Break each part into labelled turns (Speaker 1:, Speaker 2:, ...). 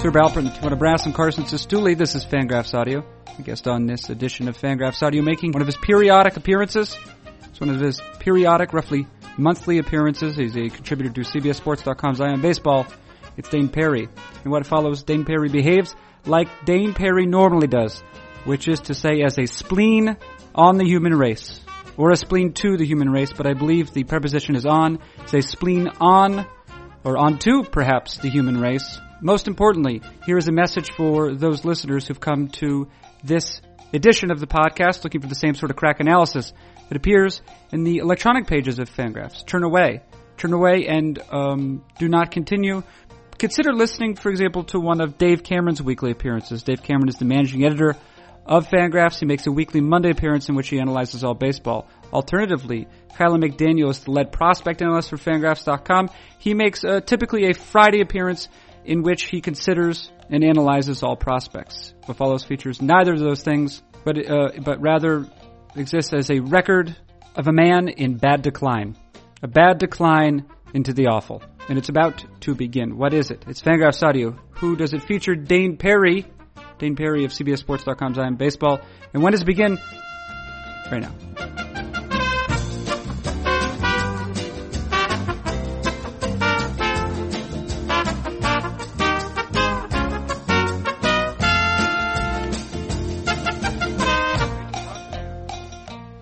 Speaker 1: Sir Balpert, Dakota Brass, and Carson Sestouli. This is Fangraphs Audio. The guest on this edition of Fangraphs Audio making one of his periodic appearances. It's one of his periodic, roughly monthly appearances. He's a contributor to CBSSports.com's Ion Baseball. It's Dane Perry. And what follows, Dane Perry behaves like Dane Perry normally does, which is to say as a spleen on the human race. Or a spleen to the human race, but I believe the preposition is on. It's a spleen on, or onto, perhaps, the human race. Most importantly, here is a message for those listeners who've come to this edition of the podcast looking for the same sort of crack analysis that appears in the electronic pages of Fangraphs. Turn away. Turn away and um, do not continue. Consider listening, for example, to one of Dave Cameron's weekly appearances. Dave Cameron is the managing editor of Fangraphs. He makes a weekly Monday appearance in which he analyzes all baseball. Alternatively, Kylan McDaniel is the lead prospect analyst for Fangraphs.com. He makes uh, typically a Friday appearance in which he considers and analyzes all prospects. What follows features neither of those things, but uh, but rather exists as a record of a man in bad decline, a bad decline into the awful. And it's about to begin. What is it? It's Fangraphs Audio. Who does it feature? Dane Perry, Dane Perry of CBSSports.com's I Am Baseball. And when does it begin? Right now.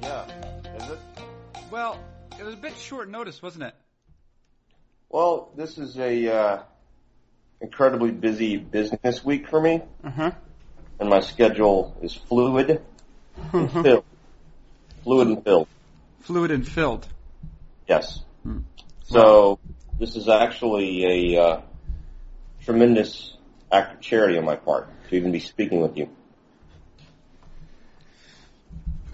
Speaker 2: Yeah. Is it?
Speaker 1: Well, it was a bit short notice, wasn't it?
Speaker 2: Well, this is a uh, incredibly busy business week for me,
Speaker 1: Uh huh.
Speaker 2: and my schedule is fluid and
Speaker 1: Mm-hmm.
Speaker 2: filled. Fluid and filled.
Speaker 1: Fluid and filled.
Speaker 2: Yes.
Speaker 1: Hmm.
Speaker 2: So this is actually a uh, tremendous act of charity on my part to even be speaking with you.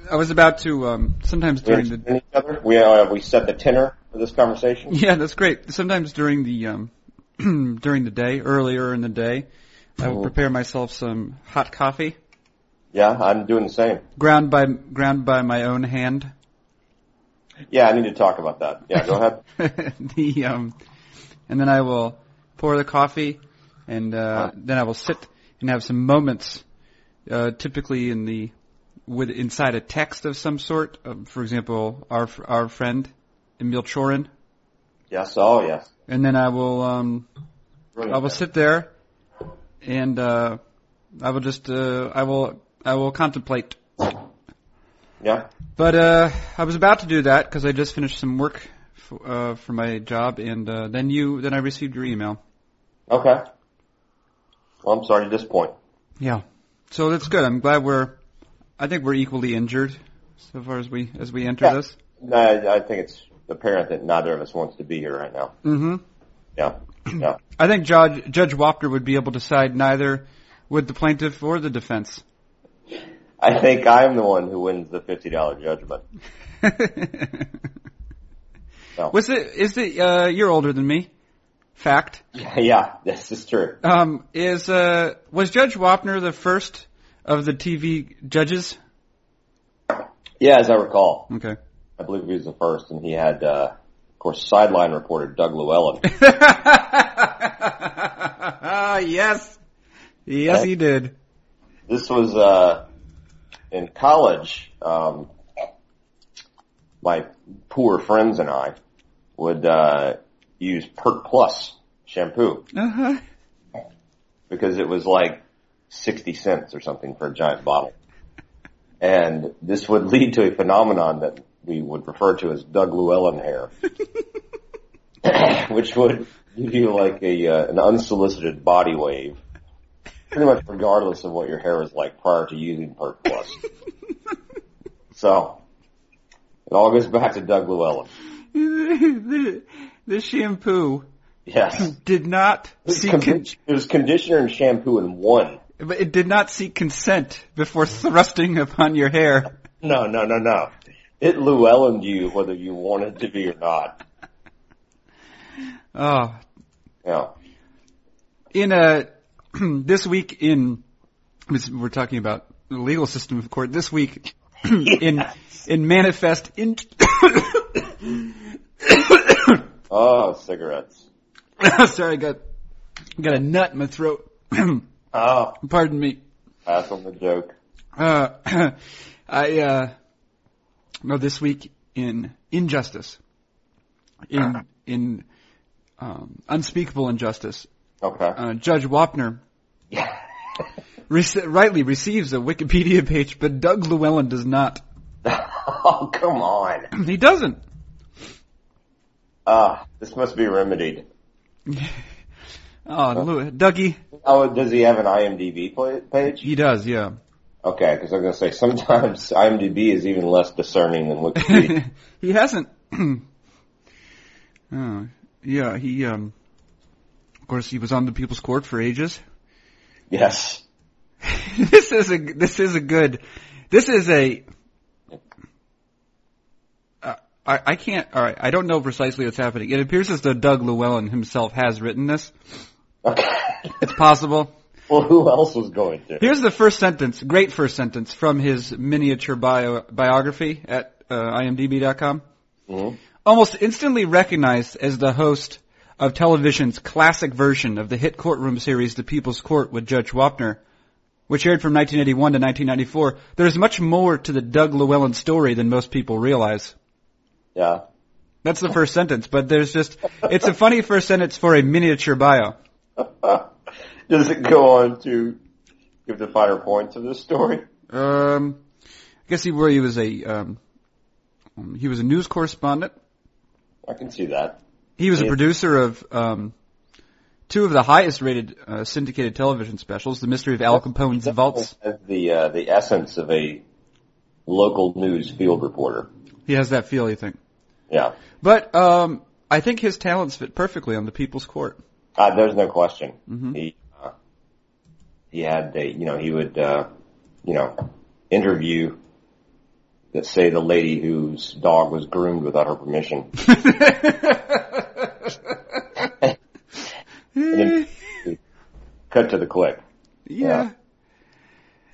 Speaker 1: I was about to. Um, sometimes
Speaker 2: We
Speaker 1: during the
Speaker 2: understand each other. We uh, we set the tenor for this conversation.
Speaker 1: yeah, that's great. Sometimes during the um, during the day, earlier in the day, I will
Speaker 2: Mhm.
Speaker 1: prepare myself some hot coffee,
Speaker 2: Yeah, I'm doing the same.
Speaker 1: ground by ground by my own hand.
Speaker 2: Yeah, I need to talk about that. Yeah, go ahead.
Speaker 1: the um, and then I will pour the coffee, and uh, then I will sit and have some moments, uh, typically in the with inside a text of some sort. Um, for example, our our friend Emil Chorin,
Speaker 2: Yes. Oh, yes.
Speaker 1: and then I will um, I will sit there, and uh, I will just uh, I will I will contemplate.
Speaker 2: Yeah.
Speaker 1: But uh, I was about to do that because I just finished some work f- uh, for my job, and uh, then you then I received your email.
Speaker 2: Okay. Well, I'm sorry to disappoint.
Speaker 1: Yeah. So that's good. I'm glad we're. I think we're equally injured so far as we as we enter
Speaker 2: Yeah.
Speaker 1: this.
Speaker 2: No, I, I think it's apparent that neither of us wants to be here right now.
Speaker 1: Mm-hmm.
Speaker 2: Yeah, yeah,
Speaker 1: I think Judge Judge Wapner would be able to side neither with the plaintiff or the defense.
Speaker 2: I think I'm the one who wins the fifty dollar judgment. No.
Speaker 1: Was it? Is it? Uh, you're older than me. Fact.
Speaker 2: yeah, this is true.
Speaker 1: Um, is uh, was Judge Wapner the first of the TV judges?
Speaker 2: Yeah, as I recall,
Speaker 1: Okay.
Speaker 2: I believe he was the first, and he had, uh, of course, sideline reporter Doug Llewellyn.
Speaker 1: yes. Yes, he did.
Speaker 2: this was uh, in college. Um, my poor friends and I would uh, use Perk Plus shampoo
Speaker 1: Uh-huh.
Speaker 2: because it was like 60 cents or something for a giant bottle. And this would lead to a phenomenon that we would refer to as Doug Llewellyn hair, which would give you like a uh, an unsolicited body wave, pretty much regardless of what your hair was like prior to using Perk Plus. so it all goes back to Doug Llewellyn.
Speaker 1: the the shampoo
Speaker 2: Yes,
Speaker 1: did not
Speaker 2: it was,
Speaker 1: seek
Speaker 2: con-
Speaker 1: con-
Speaker 2: it was conditioner and shampoo in one.
Speaker 1: but it did not seek consent before thrusting upon your hair.
Speaker 2: No, no, no, no. It Llewellyn you whether you wanted to be or not.
Speaker 1: Oh,
Speaker 2: Yeah.
Speaker 1: in a this week in we're talking about the legal system of court. This week in in manifest in
Speaker 2: Oh, cigarettes.
Speaker 1: sorry, I got got a nut in my throat.
Speaker 2: Oh,
Speaker 3: Pardon me.
Speaker 2: pass on the joke.
Speaker 3: Uh, I uh, no this week in injustice, in in um, unspeakable injustice.
Speaker 2: Okay.
Speaker 3: Uh, Judge Wapner
Speaker 2: Yeah.
Speaker 3: rece- rightly receives a Wikipedia page, but Doug Llewellyn does not.
Speaker 2: oh, come on.
Speaker 3: He doesn't.
Speaker 2: Ah, this must be remedied.
Speaker 3: Oh, Lew- Dougie,
Speaker 2: Oh, does he have an IMDb pla- page?
Speaker 3: he does. Yeah.
Speaker 2: Okay, because I'm going to say sometimes IMDb is even less discerning than Wikipedia.
Speaker 3: he hasn't. oh, yeah, he. Um, of course, he was on the People's Court for ages.
Speaker 2: yes.
Speaker 3: this is a this is a good. This is a. Uh, I, I can't. All right, I don't know precisely what's happening. It appears as though Doug Llewellyn himself has written this.
Speaker 2: Okay.
Speaker 3: It's possible.
Speaker 2: well, who else was going to?
Speaker 3: Here's the first sentence. Great first sentence from his miniature bio biography at uh, imdb.com.
Speaker 2: Mhm.
Speaker 3: almost instantly recognized as the host of television's classic version of the hit courtroom series The People's Court with Judge Wapner, which aired from 1981 to 1994, there's much more to the Doug Llewellyn story than most people realize.
Speaker 2: Yeah.
Speaker 3: That's the first sentence, but there's just, it's a funny first sentence for a miniature bio.
Speaker 2: Does it go on to give the finer points of this story?
Speaker 3: Um, I guess he, where he was a, um, um, he was a news correspondent.
Speaker 2: I can see that.
Speaker 3: He was a
Speaker 2: Yeah.
Speaker 3: producer of um, two of the highest rated uh, syndicated television specials, The Mystery of Al Capone's Vaults.
Speaker 2: Has the uh, the essence of a local news field reporter.
Speaker 3: He has that feel, you think.
Speaker 2: Yeah.
Speaker 3: But um, I think his talents fit perfectly on the People's Court.
Speaker 2: Uh, there's no question.
Speaker 3: Mhm.
Speaker 2: He uh, he had the you know he would uh, you know interview let's say the lady whose dog was groomed without her permission.
Speaker 3: yeah.
Speaker 2: Cut to the clip. Yeah.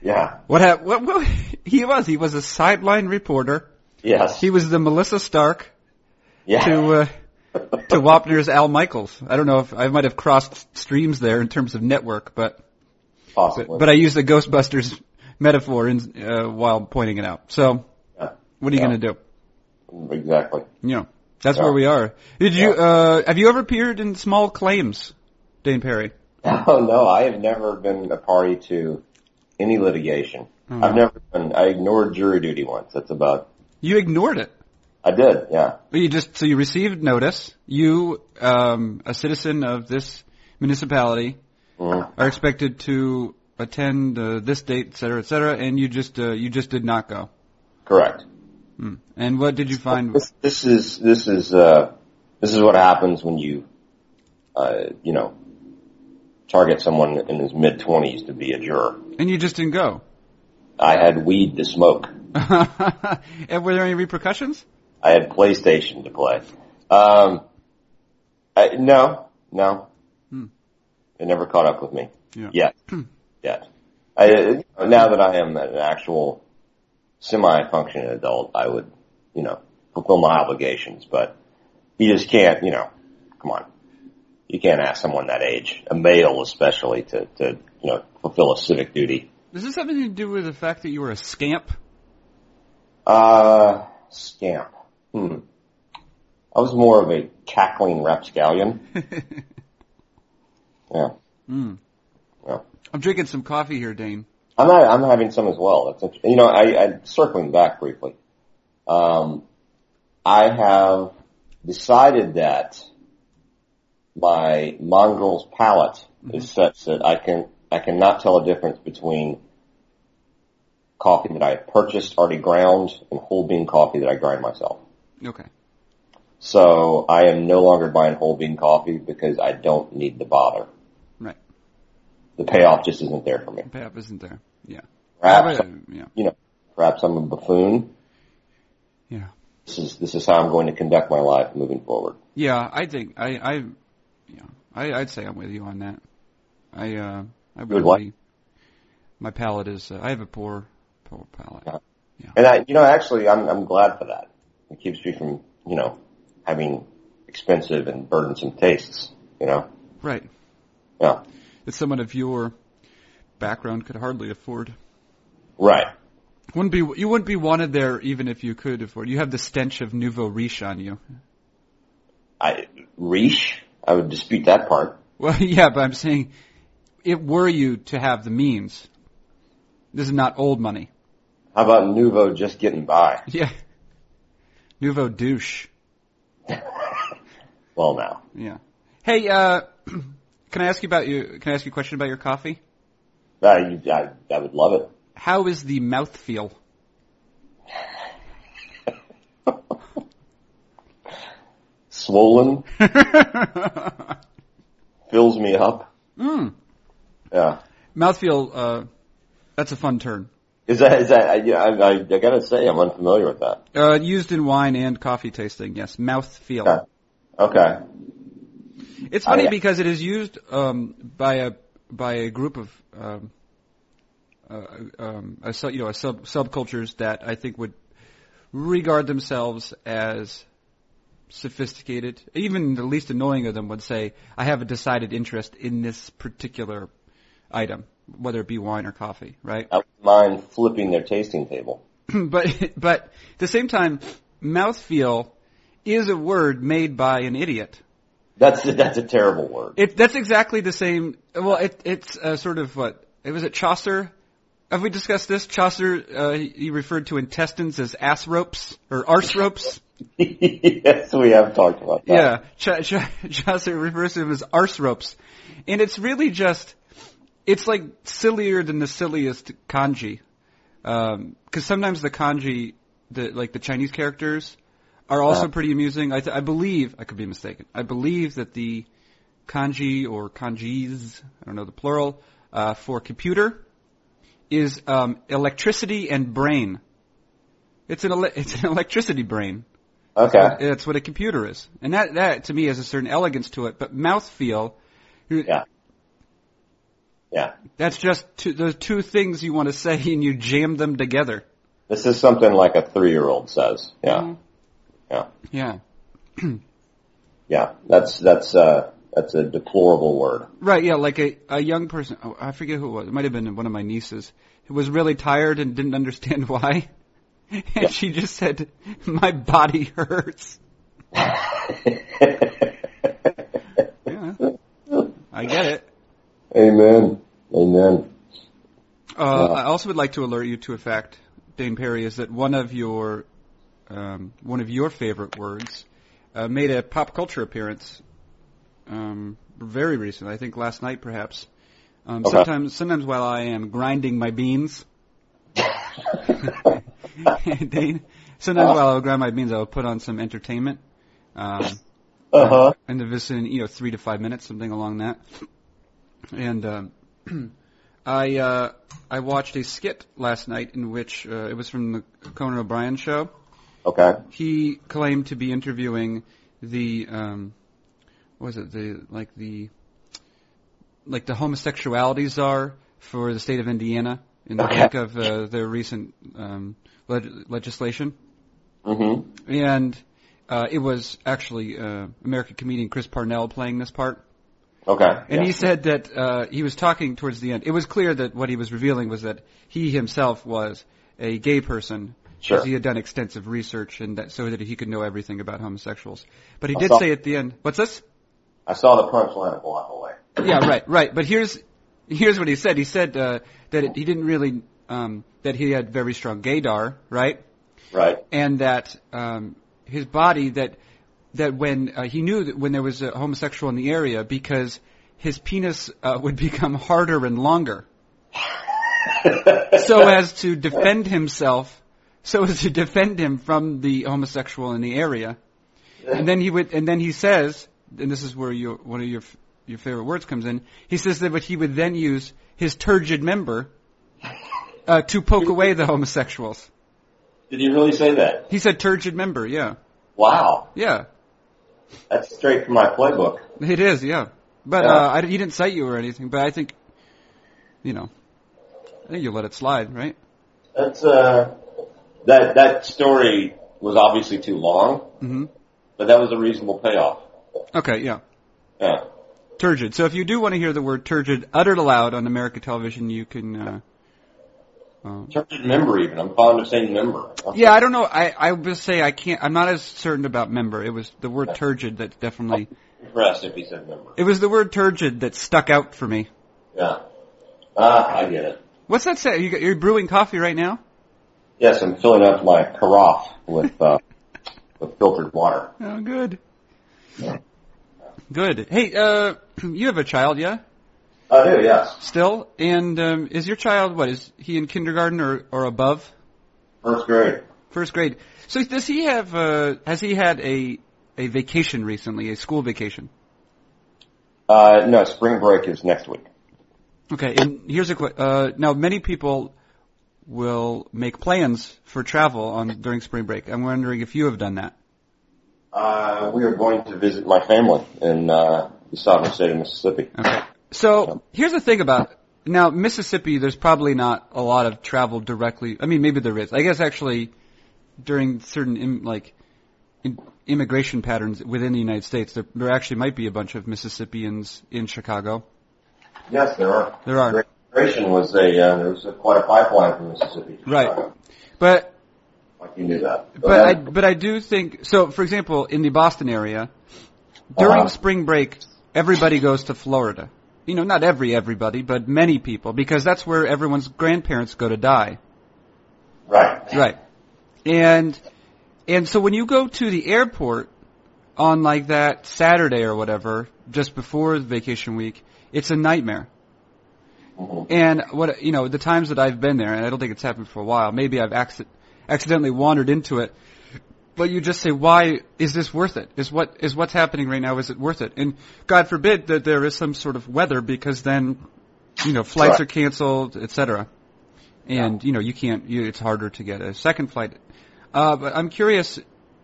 Speaker 2: Yeah.
Speaker 3: What, hap- what, what He was. He was a sideline reporter.
Speaker 2: Yes.
Speaker 3: He was the Melissa Stark
Speaker 2: yeah.
Speaker 3: to uh, to Wapner's Al Michaels. I don't know if I might have crossed streams there in terms of network, but
Speaker 2: Possibly.
Speaker 3: But I used the Ghostbusters metaphor in, uh, while pointing it out. So,
Speaker 2: Yeah.
Speaker 3: what are you
Speaker 2: Yeah.
Speaker 3: going to do? uh,
Speaker 2: exactly.
Speaker 3: You know, that's
Speaker 2: Yeah.
Speaker 3: where we are. Did you,
Speaker 2: Yeah.
Speaker 3: uh, have you ever appeared in small claims, Dane Perry?
Speaker 2: Oh no, I have never been a party to any litigation.
Speaker 3: Oh.
Speaker 2: I've never been. I ignored jury duty once. That's about.
Speaker 3: You ignored it.
Speaker 2: I did. Yeah.
Speaker 3: You just, so you received notice. You, um, a citizen of this municipality,
Speaker 2: Mhm.
Speaker 3: are expected to attend uh, this date, et cetera, et cetera, and you just, uh, you just did not go.
Speaker 2: Correct.
Speaker 3: Hmm. And what did you find?
Speaker 2: This, this is this is uh, this is what happens when you, uh, you know, target someone in his mid twenties to be a juror.
Speaker 3: And you just didn't go.
Speaker 2: I had weed to smoke.
Speaker 3: and were there any repercussions?
Speaker 2: I had PlayStation to play. Um, I, no, no,
Speaker 3: Hmm.
Speaker 2: it never caught up with me.
Speaker 3: Yeah.
Speaker 2: Yet, yet. I, uh, now that I am an actual semi-functioning adult, I would, you know, fulfill my obligations. But you just can't, you know, come on, you can't ask someone that age, a male especially, to to you know fulfill a civic duty.
Speaker 3: Does this have anything to do with the fact that you were a scamp?
Speaker 2: Uh, scamp. Hmm. I was more of a cackling rapscallion. Yeah.
Speaker 3: Mm.
Speaker 2: Yeah.
Speaker 3: I'm drinking some coffee here, Dane.
Speaker 2: I'm not, I'm having some as well. That's interesting. You know, I, I circling back briefly. Um, I have decided that my mongrel's palate is such that I can I cannot tell a difference between coffee that I purchased already ground and whole bean coffee that I grind myself.
Speaker 3: Okay.
Speaker 2: So I am no longer buying whole bean coffee because I don't need the bother.
Speaker 3: Right.
Speaker 2: The payoff just isn't there for me.
Speaker 3: Payoff isn't there. uh,
Speaker 2: Perhaps,
Speaker 3: yeah.
Speaker 2: perhaps I'm a buffoon.
Speaker 3: Yeah.
Speaker 2: This is this is how I'm going to conduct my life moving forward.
Speaker 3: Yeah, I think I, I yeah. I, I'd say I'm with you on that. I uh I
Speaker 2: Good what?
Speaker 3: really- my palate is uh, I have a poor poor palate.
Speaker 2: And I, you know, actually, I'm I'm glad for that. It keeps me from you know having expensive and burdensome tastes. You know,
Speaker 3: Right.
Speaker 2: Yeah.
Speaker 3: that someone of your background could hardly afford.
Speaker 2: Right.
Speaker 3: Wouldn't be you wouldn't be wanted there even if you could afford. You have the stench of nouveau riche on you.
Speaker 2: I Reach. I would dispute that part.
Speaker 3: Well, yeah, but I'm saying, it were you to have the means, this is not old money.
Speaker 2: How about Nouveau just getting by?
Speaker 3: Yeah, nouveau douche.
Speaker 2: Well, now.
Speaker 3: Yeah. Hey, uh, can I ask you about you? Can I ask you a question about your coffee?
Speaker 2: I, I, I would love it.
Speaker 3: How is the mouth feel?
Speaker 2: Swollen
Speaker 3: mm.
Speaker 2: fills me up. Yeah.
Speaker 3: Mouthfeel, uh, that's a fun term.
Speaker 2: Is that is that? I, yeah, I, I, I gotta say, I'm unfamiliar with that.
Speaker 3: Uh, used in wine and coffee tasting, yes. Mouthfeel.
Speaker 2: Yeah. Okay.
Speaker 3: It's funny
Speaker 2: I-
Speaker 3: because it is used um, by a by a group of um, uh, um, a, sub- you know a sub subcultures that I think would regard themselves as sophisticated. Even the least annoying of them would say, "I have a decided interest in this particular item, whether it be wine or coffee." Right?
Speaker 2: I wouldn't mind flipping their tasting table.
Speaker 3: but but at the same time, mouthfeel is a word made by an idiot.
Speaker 2: That's that's a terrible word.
Speaker 3: It, that's exactly the same. Well, it, it's uh, sort of what it was. It Chaucer. Have we discussed this? Chaucer uh, he- he referred to intestines as ass ropes or arse ropes.
Speaker 2: yes, we have talked about that.
Speaker 3: yeah, Cha Cha Chaucer refers to them as arse ropes, and it's really just it's like sillier than the silliest kanji, because sometimes the kanji, the like the Chinese characters, are also
Speaker 2: Uh.
Speaker 3: pretty amusing. I, th- I believe I could be mistaken. I believe that the kanji or kanjis, I don't know the plural, uh, for computer is um, electricity and brain. It's an ele- it's an electricity brain.
Speaker 2: Okay.
Speaker 3: That's what a computer is, and that that to me has a certain elegance to it. But mouthfeel,
Speaker 2: Yeah. Yeah.
Speaker 3: that's just two, the two things you want to say, and you jam them together.
Speaker 2: This is something like a three year old says. Yeah.
Speaker 3: Yeah,
Speaker 2: Yeah. That's that's uh that's a deplorable word.
Speaker 3: right. Yeah, like a a young person. Oh, I forget who it was. It might have been one of my nieces who was really tired and didn't understand why, and she just said, "My body hurts." Yeah, I get it.
Speaker 2: Amen. Amen.
Speaker 3: Uh, I also would like to alert you to a fact, Dane Perry, is that one of your um, one of your favorite words uh, made a pop culture appearance um, very recently. I think last night, perhaps. Um,
Speaker 2: Okay.
Speaker 3: Sometimes, sometimes while I am grinding my beans, Dane. Sometimes while I grind my beans, I will put on some entertainment. Um,
Speaker 2: Uh huh.
Speaker 3: in the vicinity, you know, three to five minutes, something along that. And um, I uh, I watched a skit last night in which uh, it was from the Conan O'Brien show.
Speaker 2: Okay.
Speaker 3: He claimed to be interviewing the um, what was it the like the like the homosexuality czar for the state of Indiana in the
Speaker 2: Okay.
Speaker 3: wake of uh, their recent um, leg- legislation
Speaker 2: Mhm.
Speaker 3: and uh, it was actually uh, American comedian Chris Parnell playing this part.
Speaker 2: Okay.
Speaker 3: And
Speaker 2: yeah.
Speaker 3: he said that uh, he was talking towards the end. It was clear that what he was revealing was that he himself was a gay person.
Speaker 2: Sure.
Speaker 3: Because he had done extensive research and that, so that he could know everything about homosexuals. But he
Speaker 2: I
Speaker 3: did
Speaker 2: saw-
Speaker 3: say at the end, what's this?
Speaker 2: I saw the punchline a block away.
Speaker 3: yeah, right, right. But here's here's what he said. He said uh, that it, he didn't really um, that he had very strong gaydar, right?
Speaker 2: Right.
Speaker 3: and that um, his body that that when uh, he knew that when there was a homosexual in the area because his penis uh, would become harder and longer, so uh, as to defend himself, so as to defend him from the homosexual in the area, and then he would, and then he says, and this is where your one of your f- your favorite words comes in. He says that what he would then use his turgid member uh, to poke away the homosexuals.
Speaker 2: Did he really say that?
Speaker 3: He said turgid member, yeah.
Speaker 2: Wow.
Speaker 3: Yeah,
Speaker 2: That's straight from my playbook.
Speaker 3: it is. Yeah, but
Speaker 2: Yeah.
Speaker 3: Uh, I, he didn't cite you or anything. But I think, you know, I think you let it slide, right?
Speaker 2: That's uh that that story was obviously too long,
Speaker 3: hmm
Speaker 2: but that was a reasonable payoff.
Speaker 3: Okay. Yeah.
Speaker 2: Yeah.
Speaker 3: turgid. So if you do want to hear the word turgid uttered aloud on American television, you can. Uh, um,
Speaker 2: Turgid member, even. I'm fond of saying member.
Speaker 3: yeah, I don't know. I I would say I can't. I'm not as certain about member. It was the word turgid that definitely.
Speaker 2: impressed if he said member.
Speaker 3: It was the word turgid that stuck out for me.
Speaker 2: Yeah. Ah, I get it.
Speaker 3: What's that say? You got, you're brewing coffee right now.
Speaker 2: Yes, I'm filling up my carafe with, uh, with filtered water.
Speaker 3: Oh, good. Good. Hey, uh, you have a child, yeah?
Speaker 2: I do, yes.
Speaker 3: Still, and um, is your child what? Is he in kindergarten or or above?
Speaker 2: First grade.
Speaker 3: First grade. So does he have? Uh, has he had a a vacation recently? A school vacation?
Speaker 2: Uh, no, spring break is next week.
Speaker 3: Okay. And here's a que- uh, now many people will make plans for travel on during spring break. I'm wondering if you have done that.
Speaker 2: Uh, we are going to visit my family in, uh, the sovereign state of Mississippi.
Speaker 3: Okay. So here's the thing about now Mississippi. There's probably not a lot of travel directly. I mean, maybe there is. I guess actually, during certain Im, like in, immigration patterns within the United States, there, there actually might be a bunch of Mississippians in Chicago.
Speaker 2: Yes, there are.
Speaker 3: There are,
Speaker 2: Immigration was a, uh, there was a, quite a pipeline from Mississippi. to
Speaker 3: Right.
Speaker 2: Chicago.
Speaker 3: but
Speaker 2: Like you knew that. So
Speaker 3: But I
Speaker 2: that-
Speaker 3: but I do think so. For example, in the Boston area, during
Speaker 2: Uh-huh.
Speaker 3: spring break, everybody goes to Florida. You know, not every everybody, but many people, because that's where everyone's grandparents go to die.
Speaker 2: right.
Speaker 3: Right. And and so when you go to the airport on like that Saturday or whatever, just before vacation week, it's a nightmare.
Speaker 2: Mhm.
Speaker 3: And what you know, the times that I've been there, and I don't think it's happened for a while. Maybe I've acci- accidentally wandered into it. But you just say, why is this worth it? Is what is what's happening right now? Is it worth it? And God forbid that there is some sort of weather, because then, you know, flights
Speaker 2: Right.
Speaker 3: are canceled, etc. And you know, you can't. You, it's harder to get a second flight. Uh, but I'm curious,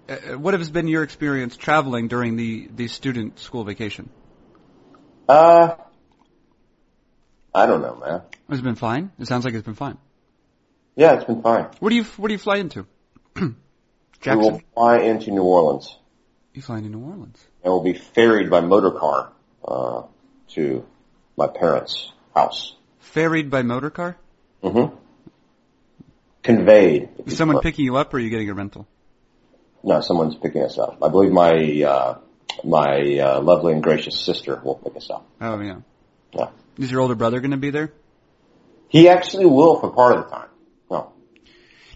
Speaker 3: uh, what has been your experience traveling during the the student school vacation?
Speaker 2: Uh, I don't know, man.
Speaker 3: Has it been fine? It sounds like it's been fine.
Speaker 2: Yeah, it's been fine.
Speaker 3: What do you What do you fly into?
Speaker 2: We
Speaker 3: Jackson.
Speaker 2: will fly into New Orleans
Speaker 3: You fly into New Orleans.
Speaker 2: and will be ferried by motor car uh, to my parents' house.
Speaker 3: Ferried by motor car.
Speaker 2: Mm-hmm. Conveyed. if
Speaker 3: Is
Speaker 2: you
Speaker 3: someone
Speaker 2: prefer.
Speaker 3: picking you up, or are you getting a rental?
Speaker 2: No, someone's picking us up. I believe my uh, my uh, lovely and gracious sister will pick us up.
Speaker 3: Oh yeah.
Speaker 2: Yeah.
Speaker 3: Is your older brother going to be there?
Speaker 2: He actually will for part of the time. No,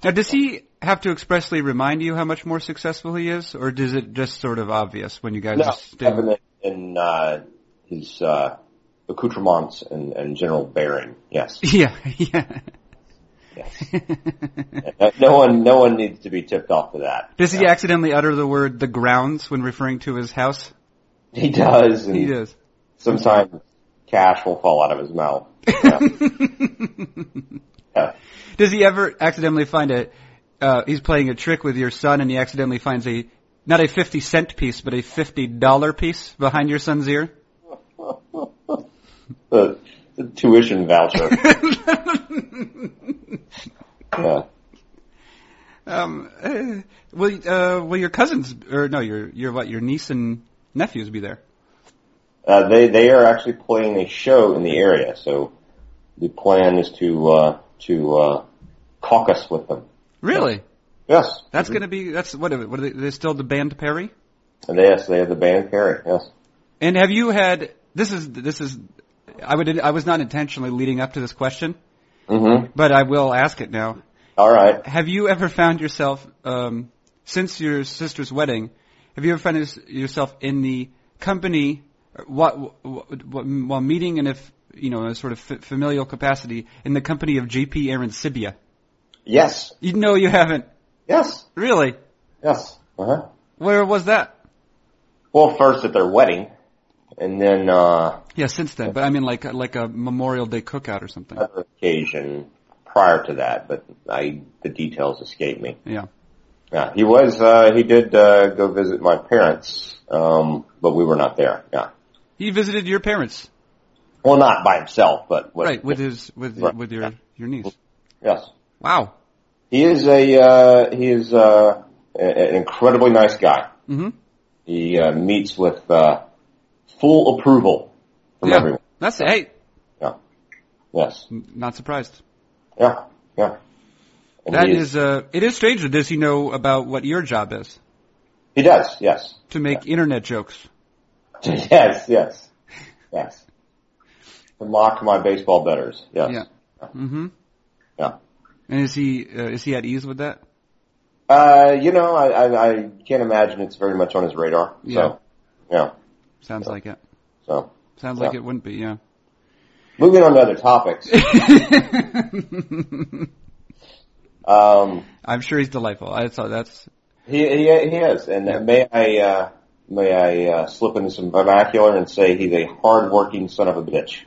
Speaker 3: Now, does he have to expressly remind you how much more successful he is, or is it just sort of obvious when you guys
Speaker 2: no.
Speaker 3: are
Speaker 2: Kevin
Speaker 3: standing?
Speaker 2: in uh, his uh, accoutrements and, and general bearing. Yes.
Speaker 3: Yeah, yeah.
Speaker 2: Yes. no, one, no one needs to be tipped off to that.
Speaker 3: does he
Speaker 2: No.
Speaker 3: accidentally utter the word "the grounds" when referring to his house?
Speaker 2: He does. And
Speaker 3: He does.
Speaker 2: Sometimes cash will fall out of his mouth. Yeah. Yeah.
Speaker 3: Does he ever accidentally find a? Uh, he's playing a trick with your son, and he accidentally finds a not a fifty cent piece, but a fifty dollar piece behind your son's ear.
Speaker 2: the, the tuition voucher. yeah.
Speaker 3: um, eh, will uh, will your cousins or no your your what your niece and nephews be there?
Speaker 2: Uh, they they are actually playing a show in the area, so the plan is to uh, to uh, caucus with them.
Speaker 3: Really?
Speaker 2: Yes,
Speaker 3: That's gonna be that's what are- what are they, they're still the band Perry.
Speaker 2: And yes, they have the band Perry. Yes,
Speaker 3: And have you had this is this is I would I was not intentionally leading up to this question,
Speaker 2: hmm
Speaker 3: but I will ask it now.
Speaker 2: all right.
Speaker 3: Have you ever found yourself, um, since your sister's wedding, have you ever found yours- yourself in the company, while, while meeting in a, f- you know, a sort of f- familial capacity, in the company of J.P. Aaron Sibia?
Speaker 2: Yes,
Speaker 3: You know you haven't.
Speaker 2: yes,
Speaker 3: Really?
Speaker 2: yes. Uh huh.
Speaker 3: Where was that?
Speaker 2: Well, first at their wedding, and then uh,
Speaker 3: Yeah, since then. But I mean, like like a Memorial Day cookout or something.
Speaker 2: another occasion prior to that, but I the details escape me.
Speaker 3: Yeah.
Speaker 2: Yeah, he was. Uh, he did uh, go visit my parents, um, but we were not there. Yeah,
Speaker 3: He visited your parents,
Speaker 2: well, not by himself, but with,
Speaker 3: right? With his with
Speaker 2: Right.
Speaker 3: with your your niece.
Speaker 2: yes,
Speaker 3: Wow.
Speaker 2: he is a uh, he is uh, a- an incredibly nice guy.
Speaker 3: Mm-hmm.
Speaker 2: He uh, meets with uh, full approval from
Speaker 3: Yeah.
Speaker 2: everyone.
Speaker 3: That's hey,
Speaker 2: Yeah. Yes.
Speaker 3: n- not surprised.
Speaker 2: Yeah. Yeah. And
Speaker 3: That
Speaker 2: he
Speaker 3: is uh, it is strange. that Does he know about what your job is
Speaker 2: He does. Yes.
Speaker 3: to make internet jokes?
Speaker 2: yes. Yes. Yes. To mock my baseball betters. Yes.
Speaker 3: Yeah. Mm-hmm.
Speaker 2: Yeah.
Speaker 3: And is he uh, is he at ease with that?
Speaker 2: Uh, you know, I, I, I can't imagine it's very much on his radar.
Speaker 3: Yeah.
Speaker 2: So, yeah.
Speaker 3: Sounds like it.
Speaker 2: So,
Speaker 3: Sounds
Speaker 2: Yeah.
Speaker 3: like it wouldn't be. Yeah.
Speaker 2: moving on to other topics. Um,
Speaker 3: I'm sure he's delightful. I saw that's
Speaker 2: he, he, he is. And uh may I, uh, may I, uh, slip into some vernacular and say he's a hard-working son of a bitch.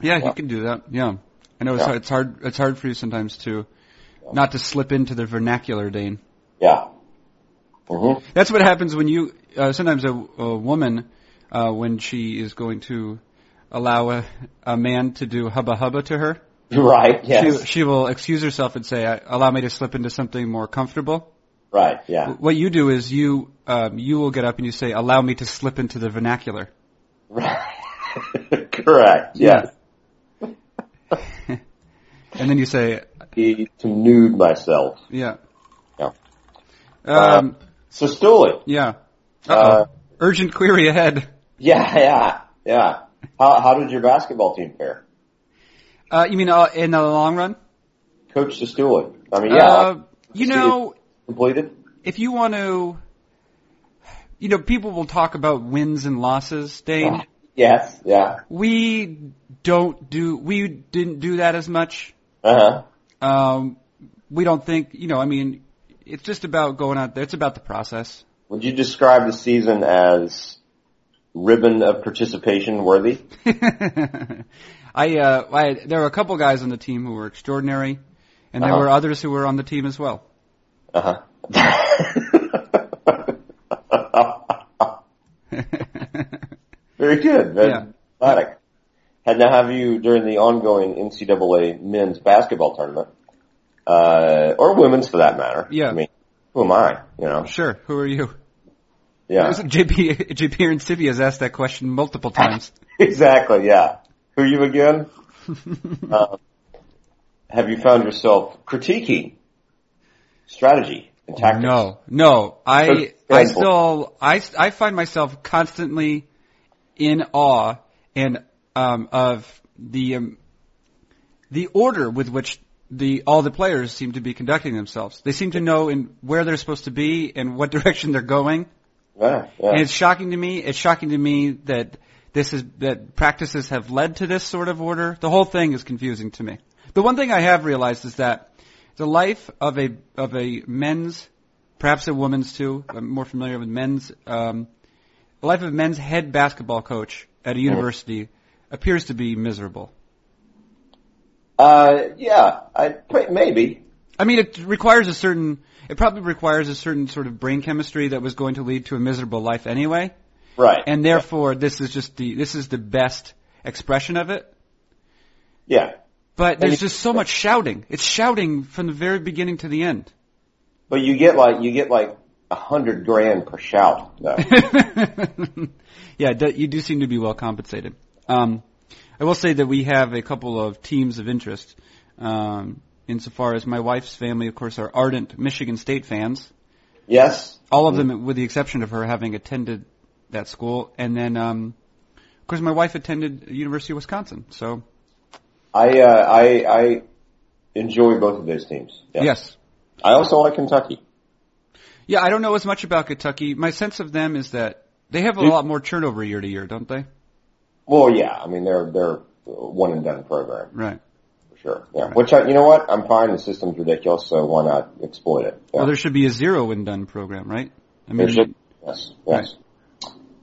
Speaker 3: yeah, he
Speaker 2: Yeah.
Speaker 3: can do that. Yeah. I know it's
Speaker 2: Yeah.
Speaker 3: hard, it's hard it's hard for you sometimes to not to slip into the vernacular, Dane.
Speaker 2: Yeah. Mm-hmm.
Speaker 3: That's what happens when you uh, sometimes a, a woman uh, when she is going to allow a, a man to do hubba hubba to her,
Speaker 2: Right. Yes.
Speaker 3: she, she will excuse herself and say, "I- "Allow me to slip into something more comfortable."
Speaker 2: Right. Yeah.
Speaker 3: What you do is you um, you will get up and you say, "Allow me to slip into the vernacular."
Speaker 2: Right. Correct. Yes.
Speaker 3: And then you say,
Speaker 2: He to nude myself.
Speaker 3: "Yeah,
Speaker 2: Yeah.
Speaker 3: um,
Speaker 2: So Stooley.
Speaker 3: yeah." Uh-oh.
Speaker 2: Uh,
Speaker 3: Urgent query ahead.
Speaker 2: yeah. Yeah. Yeah. How, how did your basketball team fare?
Speaker 3: Uh, you mean uh, in the long run?
Speaker 2: Coach Sestouli. I mean, yeah,
Speaker 3: Uh, you know,
Speaker 2: completed.
Speaker 3: if you want to, you know, people will talk about wins and losses, Dane.
Speaker 2: Yes, yeah.
Speaker 3: We don't do, we didn't do that as much.
Speaker 2: Uh-huh.
Speaker 3: Um, we don't think, you know, I mean, it's just about going out there. It's about the process.
Speaker 2: Would you describe the season as ribbon of participation worthy?
Speaker 3: I, uh, I, there were a couple guys on the team who were extraordinary, and there
Speaker 2: Uh-huh.
Speaker 3: were others who were on the team as well.
Speaker 2: Uh-huh. Very good. Very
Speaker 3: Yeah.
Speaker 2: athletic. And now have you, during the ongoing NCAA men's basketball tournament, uh, or women's for that matter.
Speaker 3: Yeah.
Speaker 2: I mean, who am I? You know?
Speaker 3: sure. Who are you?
Speaker 2: Yeah.
Speaker 3: JP, JP Arancivia has asked that question multiple times.
Speaker 2: exactly, yeah. Who are you again? uh, have you found yourself critiquing strategy and tactics?
Speaker 3: No, no. I
Speaker 2: Okay.
Speaker 3: I still I I find myself constantly in awe and um of the um, the order with which the all the players seem to be conducting themselves. They seem to know in where they're supposed to be and what direction they're going.
Speaker 2: Yeah,
Speaker 3: And
Speaker 2: yeah.
Speaker 3: it's shocking to me. It's shocking to me that this is that practices have led to this sort of order. The whole thing is confusing to me. The one thing I have realized is that the life of a of a men's, perhaps a woman's too. I'm more familiar with men's. Um, the life of a men's head basketball coach at a university appears to be miserable.
Speaker 2: Uh, yeah, I, pr- maybe.
Speaker 3: I mean, it requires a certain. It probably requires a certain sort of brain chemistry that was going to lead to a miserable life anyway.
Speaker 2: Right.
Speaker 3: and therefore this is just the this is the best expression of it.
Speaker 2: yeah.
Speaker 3: But there's
Speaker 2: it-
Speaker 3: just so much shouting. It's shouting from the very beginning to the end.
Speaker 2: But you get like, you get like a hundred grand per shout, though.
Speaker 3: yeah, d- you do seem to be well compensated. Um, I will say that we have a couple of teams of interest. Um, insofar as my wife's family, of course, are ardent Michigan State fans.
Speaker 2: yes?
Speaker 3: All of them, with the exception of her having attended that school, and then, um, of course, my wife attended University of Wisconsin. So
Speaker 2: I, uh, I, I enjoy both of those teams. Yeah.
Speaker 3: yes,
Speaker 2: I also like Kentucky.
Speaker 3: Yeah, I don't know as much about Kentucky. My sense of them is that they have a
Speaker 2: Yeah.
Speaker 3: lot more turnover year to year, don't they?
Speaker 2: Well, yeah, I mean, they're, they're a one and done program.
Speaker 3: Right.
Speaker 2: For sure. Yeah. Which I, you know what? I'm fine. The system's ridiculous, so why not exploit it? Yeah.
Speaker 3: Well, there should be a zero and done program, right? I
Speaker 2: There
Speaker 3: mean,
Speaker 2: should- yes, yes.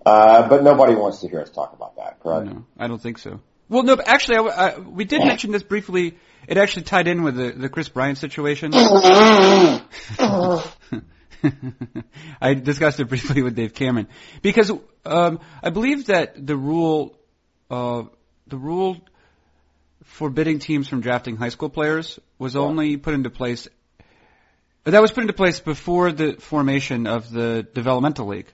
Speaker 2: Uh, but nobody wants to hear us talk about that, correct?
Speaker 3: no, I don't think so. Well, no, but actually, I w I we did mention this briefly. It actually tied in with the, the Chris Bryant situation. I discussed it briefly with Dave Cameron because um, I believe that the rule, uh, the rule forbidding teams from drafting high school players was only put into place. That was put into place before the formation of the developmental league.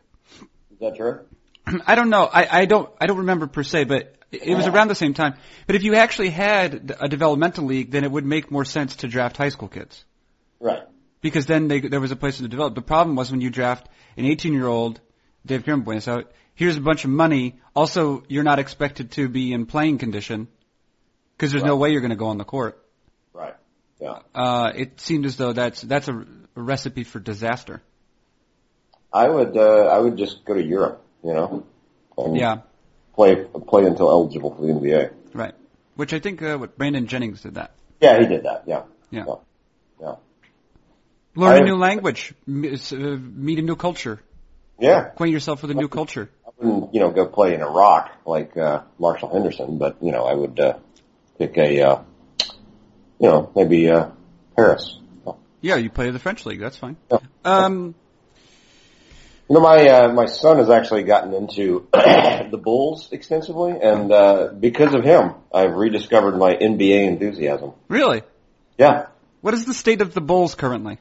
Speaker 2: Is that true?
Speaker 3: I don't know. I, I don't I don't remember per se, but It it was around the same time. But if you actually had a developmental league, then it would make more sense to draft high school kids
Speaker 2: Right.
Speaker 3: because then they, there was a place to develop. The problem was when you draft an 18 year old, Dave Kieran points out, here's a bunch of money. Also, you're not expected to be in playing condition because there's no
Speaker 2: Right.
Speaker 3: way you're going to go on the court.
Speaker 2: Right. Yeah.
Speaker 3: Uh, it seemed as though that's that's a, a recipe for disaster.
Speaker 2: I would uh, I would just go to Europe, you know, and
Speaker 3: Yeah,
Speaker 2: play play until eligible for the NBA.
Speaker 3: right. Which I think uh, what Brandon Jennings did that.
Speaker 2: Yeah, he did that. Yeah.
Speaker 3: Yeah.
Speaker 2: Yeah. Yeah.
Speaker 3: Learn a
Speaker 2: I-
Speaker 3: new language, m- s- uh, meet a new culture,
Speaker 2: Yeah.
Speaker 3: acquaint yourself with a new culture.
Speaker 2: I wouldn't you know go play in Iraq like uh, Marshall Henderson, but you know I would uh, pick a uh, you know maybe uh, Paris.
Speaker 3: Yeah, you play the French league. That's fine.
Speaker 2: Yeah.
Speaker 3: Um,
Speaker 2: You know, my uh, my son has actually gotten into the Bulls extensively, and uh, because of him, I've rediscovered my NBA enthusiasm.
Speaker 3: really,
Speaker 2: Yeah,
Speaker 3: what is the state of the Bulls currently?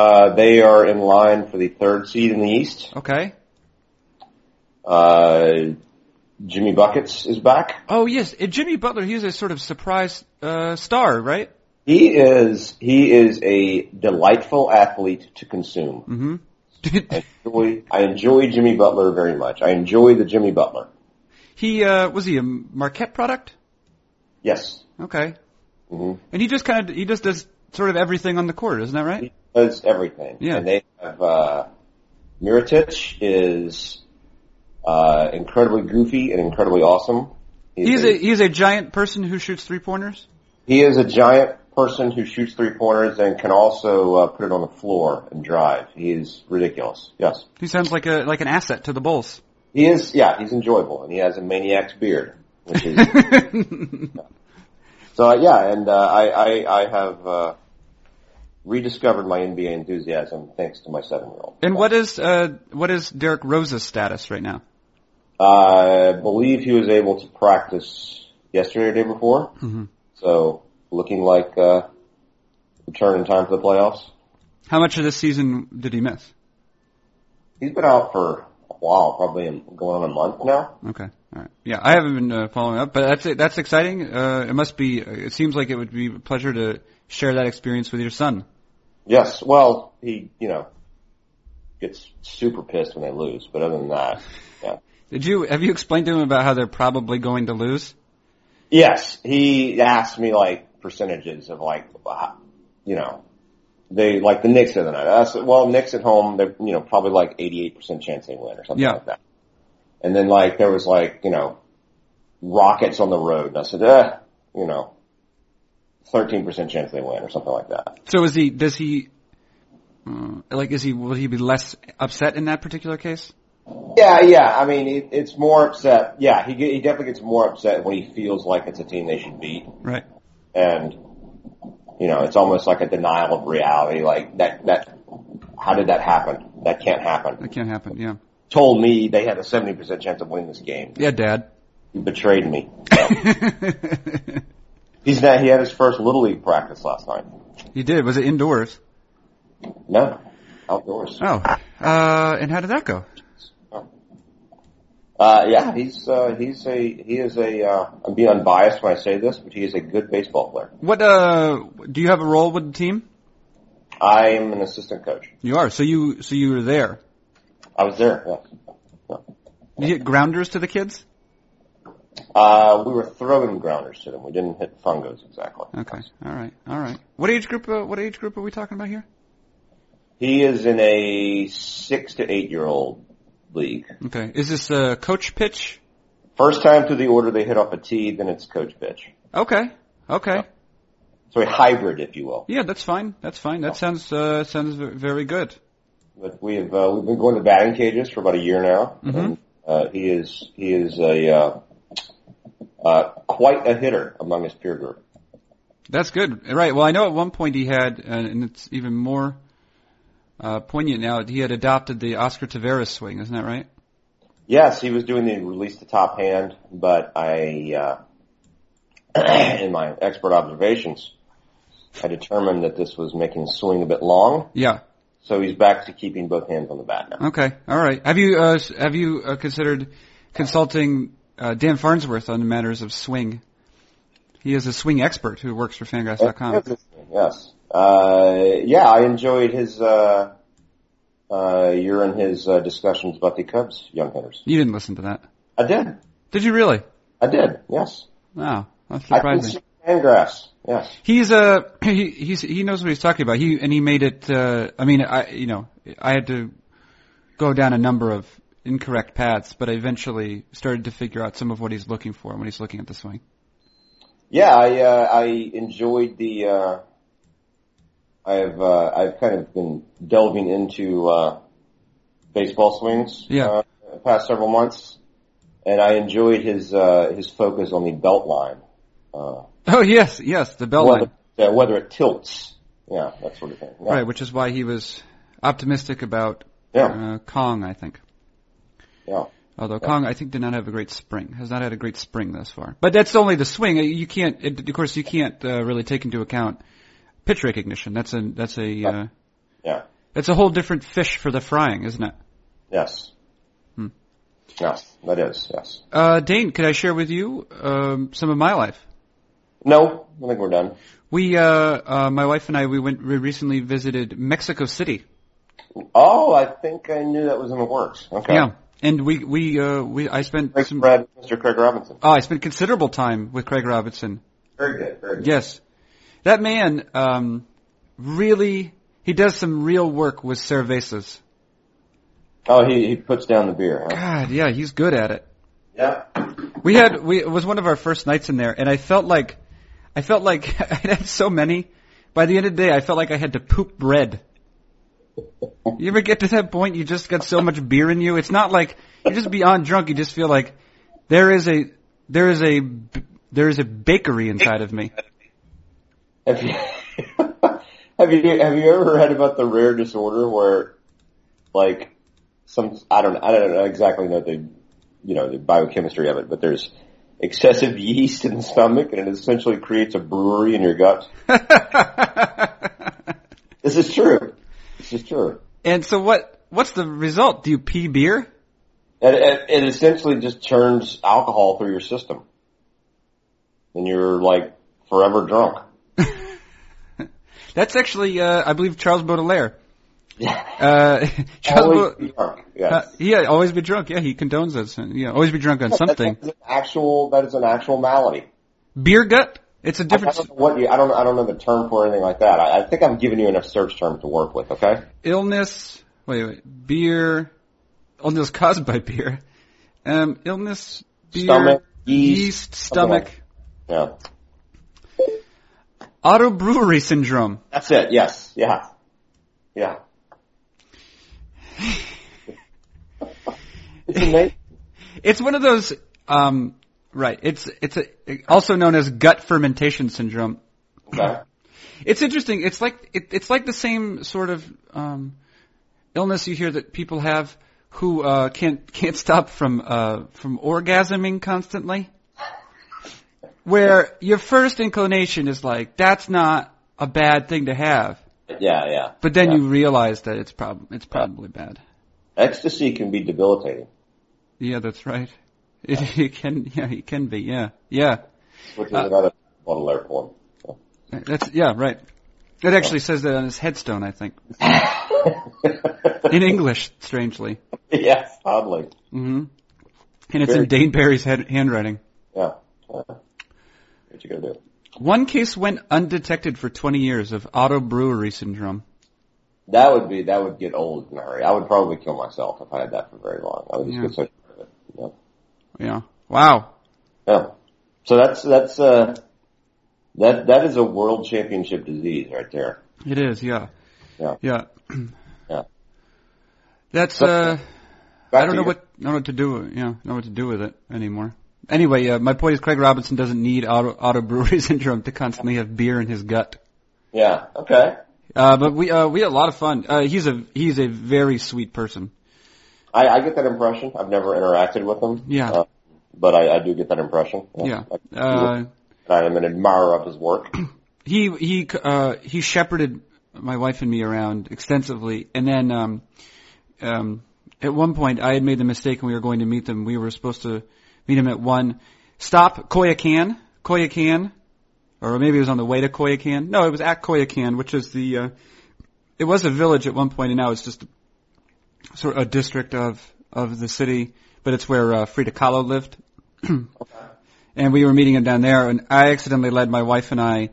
Speaker 2: uh, they are in line for the third seed in the East.
Speaker 3: Okay.
Speaker 2: Uh, Jimmy buckets is back.
Speaker 3: Oh yes, and Jimmy Butler. He was a sort of surprise uh, star, right?
Speaker 2: He is he is a delightful athlete to consume.
Speaker 3: Mm-hmm.
Speaker 2: I enjoy, I enjoy Jimmy Butler very much. I enjoy the Jimmy Butler.
Speaker 3: he uh, was he a Marquette product?
Speaker 2: Yes,
Speaker 3: Okay.
Speaker 2: Mhm.
Speaker 3: And he just kind of he just does sort of everything on the court, isn't that right?
Speaker 2: he does everything.
Speaker 3: Yeah.
Speaker 2: And they have uh, Miritich is uh, incredibly goofy and incredibly awesome.
Speaker 3: He's a he's a giant person who shoots three pointers.
Speaker 2: he is a giant person who shoots three pointers and can also uh, put it on the floor and drive. He is ridiculous. Yes,
Speaker 3: He sounds like a like an asset to the Bulls.
Speaker 2: he is. Yeah, he's enjoyable and he has a maniac's beard, which is. So uh, yeah, and uh, I, I I have uh, rediscovered my NBA enthusiasm thanks to my seven year old.
Speaker 3: and what is uh what is Derek Rose's status right now?
Speaker 2: I believe he was able to practice yesterday or day before,
Speaker 3: Mhm.
Speaker 2: so looking like uh, return in time for the playoffs.
Speaker 3: How much of this season did he miss?
Speaker 2: He's been out for a while, probably going on a month now.
Speaker 3: Okay. All right. Yeah, I haven't been uh, following up, but that's that's exciting. Uh, it must be. It seems like it would be a pleasure to share that experience with your son.
Speaker 2: Yes, well, he you know gets super pissed when they lose, but other than that, yeah.
Speaker 3: Did you have you explained to him about how they're probably going to lose?
Speaker 2: Yes, he asked me like percentages of like, wow, you know, they like the Knicks the other night. I said, well, Knicks at home, they're you know probably like eighty eight percent chance they win or something
Speaker 3: Yeah.
Speaker 2: like that. And then like there was like you know, Rockets on the road, and I said, eh, you know, thirteen percent chance they win or something like that.
Speaker 3: So is he? Does he? Uh, like, is he? Will he be less upset in that particular case?
Speaker 2: Yeah, yeah. I mean, it, it's more upset. Yeah, he get- he definitely gets more upset when he feels like it's a team they should beat.
Speaker 3: Right.
Speaker 2: and you know it's almost like a denial of reality like that that how did that happen that can't happen
Speaker 3: That can't happen. Yeah.
Speaker 2: told me they had a 70% chance of winning this game
Speaker 3: Yeah, Dad.
Speaker 2: he betrayed me he's not he had his first little league practice last night
Speaker 3: he did. Was it indoors?
Speaker 2: no outdoors
Speaker 3: Oh. Uh, and how did that go?
Speaker 2: uh yeah he's uh he's a he is a uh i'm being unbiased when i say this but he is a good baseball player
Speaker 3: What? Uh, do you have a role with the team?
Speaker 2: i am an assistant coach
Speaker 3: You are. So you. So you were there.
Speaker 2: i was there yeah.
Speaker 3: Did you get grounders to the kids?
Speaker 2: uh we were throwing grounders to them we didn't hit fungos exactly
Speaker 3: Okay. All right. All right. What age group? Uh, what age group are we talking about here?
Speaker 2: He is in a six to eight year old league.
Speaker 3: Okay. Is this a coach pitch?
Speaker 2: First time through the order, they hit off a tee, then it's coach pitch.
Speaker 3: Okay. Okay.
Speaker 2: So a hybrid, if you will.
Speaker 3: Yeah, that's fine. That's fine. That sounds uh, sounds ve- very good.
Speaker 2: But we have uh, we've been going to batting cages for about a year now,
Speaker 3: Mhm.
Speaker 2: and uh, he is he is a uh, uh, quite a hitter among his peer group.
Speaker 3: That's good. Right. Well, I know at one point he had, uh, and it's even more uh, poignant now. He had adopted the Oscar Tavares swing, isn't that right?
Speaker 2: Yes, he was doing the release the top hand, but I, uh, in my expert observations, I determined that this was making the swing a bit long,
Speaker 3: Yeah.
Speaker 2: so he's back to keeping both hands on the bat now.
Speaker 3: Okay. All right. Have you uh, s- have you uh, considered consulting uh, Dan Farnsworth on matters of swing. He is a swing expert who works for
Speaker 2: Oh,
Speaker 3: Fangraphs.com.
Speaker 2: Yes. Uh, yeah, I enjoyed his, uh, uh, your and his uh, discussions about the Cubs young hitters.
Speaker 3: You didn't listen to that,
Speaker 2: I did.
Speaker 3: did you? Really?
Speaker 2: I did. Yes.
Speaker 3: Wow, Ah, that's
Speaker 2: I can
Speaker 3: surprising.
Speaker 2: see Fangraphs. Yes.
Speaker 3: He's a he. He's, he knows what he's talking about. He and he made it. Uh, I mean, I you know I had to go down a number of incorrect paths, but I eventually started to figure out some of what he's looking for when he's looking at the swing.
Speaker 2: Yeah, I uh, I enjoyed the. Uh, I've uh, I've kind of been delving into uh, baseball swings.
Speaker 3: Yeah.
Speaker 2: Uh, the past several months, and I enjoyed his uh, his focus on the belt line. Uh,
Speaker 3: Oh yes, yes, the bell line,
Speaker 2: whether, uh, whether it tilts. Yeah, that sort of thing. Yeah.
Speaker 3: right? Which is why he was optimistic about
Speaker 2: Yeah.
Speaker 3: uh, Kong, I think.
Speaker 2: Yeah.
Speaker 3: Although Kong, I think, did not have a great spring. Has not had a great spring thus far. But that's only the swing. You can't, it, of course, you can't uh, really take into account pitch recognition. That's a that's a uh,
Speaker 2: Yeah.
Speaker 3: That's a whole different fish for the frying, isn't it?
Speaker 2: Yes.
Speaker 3: Hmm.
Speaker 2: Yes, that is. Yes.
Speaker 3: Uh, Dane, could I share with you um, some of my life?
Speaker 2: No, I think we're done.
Speaker 3: We, uh, uh, my wife and I, we went. We recently visited Mexico City.
Speaker 2: Oh, I think I knew that was in the works. Okay.
Speaker 3: Yeah, and we we uh, we I spent
Speaker 2: Thanks,
Speaker 3: some.
Speaker 2: Brad, Mr. Craig Robinson.
Speaker 3: Oh, I spent considerable time with Craig Robinson.
Speaker 2: Very good. Very good.
Speaker 3: Yes. That man um, really he does some real work with cervezas.
Speaker 2: Oh, he, he puts down the beer. Huh?
Speaker 3: God, yeah, he's good at it.
Speaker 2: Yeah.
Speaker 3: We had we it was one of our first nights in there and I felt like I felt like I had so many by the end of the day I felt like I had to poop bread. You ever get to that point you just got so much beer in you? It's not like you're just beyond drunk, you just feel like there is a there is a b- there is a bakery inside of me.
Speaker 2: Have you, have you have you ever heard about the rare disorder where, like, some I don't I don't know exactly know the you know the biochemistry of it, but there's excessive yeast in the stomach, and it essentially creates a brewery in your gut. This is true. This is true.
Speaker 3: And so what what's the result? Do you pee beer?
Speaker 2: It, it, it essentially just churns alcohol through your system, and you're like forever drunk.
Speaker 3: That's actually uh I believe Charles Baudelaire. Uh Charles
Speaker 2: Always
Speaker 3: Baud-
Speaker 2: be drunk. Yes.
Speaker 3: uh, yeah, always be drunk. Yeah, he condones us. and, Yeah, always be drunk on something.
Speaker 2: That is an actual. That is an actual malady.
Speaker 3: Beer gut? It's a
Speaker 2: I
Speaker 3: different
Speaker 2: don't know what you. I don't. I don't know the term for anything like that. I, I think I'm giving you enough search terms to work with. Okay.
Speaker 3: illness. Wait, wait. Beer illness caused by beer. Um illness beer
Speaker 2: Stomach, yeast,
Speaker 3: yeast
Speaker 2: something
Speaker 3: stomach.
Speaker 2: like- Yeah.
Speaker 3: Auto brewery syndrome.
Speaker 2: That's it. Yes. Yeah. Yeah. it's amazing.
Speaker 3: It's one of those um right. It's it's a, also known as gut fermentation syndrome.
Speaker 2: Okay.
Speaker 3: It's interesting. It's like it, it's like the same sort of um, illness you hear that people have who uh, can't can't stop from uh, from orgasming constantly. Where your first inclination is like that's not a bad thing to have,
Speaker 2: Yeah. Yeah.
Speaker 3: but then
Speaker 2: Yeah.
Speaker 3: you realize that it's prob- it's probably bad.
Speaker 2: Ecstasy can be debilitating.
Speaker 3: Yeah, that's right. It, it can yeah it can be yeah yeah
Speaker 2: Which is
Speaker 3: Uh,
Speaker 2: another bottle there for
Speaker 3: that's yeah right. It actually says that on his headstone, I think,
Speaker 2: him.
Speaker 3: in English, strangely.
Speaker 2: yes, oddly.
Speaker 3: hmm And it's in
Speaker 2: Very-
Speaker 3: Dane Barry's head, handwriting.
Speaker 2: Yeah. yeah. What you gonna do?
Speaker 3: One case went undetected for 20 years of auto brewery syndrome.
Speaker 2: That would be that would get old in a hurry. I would probably kill myself if I had that for very long. I would just
Speaker 3: Yeah.
Speaker 2: get so tired of it. Yeah.
Speaker 3: Yeah. Wow.
Speaker 2: Yeah. So that's that's uh that that is a world championship disease right there.
Speaker 3: It is. Yeah.
Speaker 2: Yeah.
Speaker 3: Yeah.
Speaker 2: Yeah.
Speaker 3: That's
Speaker 2: So-
Speaker 3: uh.
Speaker 2: Back
Speaker 3: I don't
Speaker 2: to
Speaker 3: know
Speaker 2: you.
Speaker 3: what I don't know what to do. with- Yeah, I don't know what to do with it anymore. Anyway, uh, my point is Craig Robinson doesn't need auto, auto brewery syndrome to constantly have beer in his gut.
Speaker 2: Yeah. Okay.
Speaker 3: Uh, but we uh, we had a lot of fun. Uh, he's a he's a very sweet person.
Speaker 2: I, I get that impression. I've never interacted with him.
Speaker 3: Yeah.
Speaker 2: Uh, but I, I do get that impression.
Speaker 3: Yeah.
Speaker 2: I,
Speaker 3: Uh,
Speaker 2: I am an admirer of his work.
Speaker 3: he he uh he shepherded my wife and me around extensively and then um um at one point I had made the mistake when we were going to meet them we were supposed to Meet him at one stop Koyakan, Koyakan, or maybe it was on the way to Koyakan. No, it was at Koyakan, which is the uh, it was a village at one point, and now it's just sort of a district of of the city, but it's where uh, Frida Kahlo lived. And we were meeting him down there, and I accidentally led my wife and I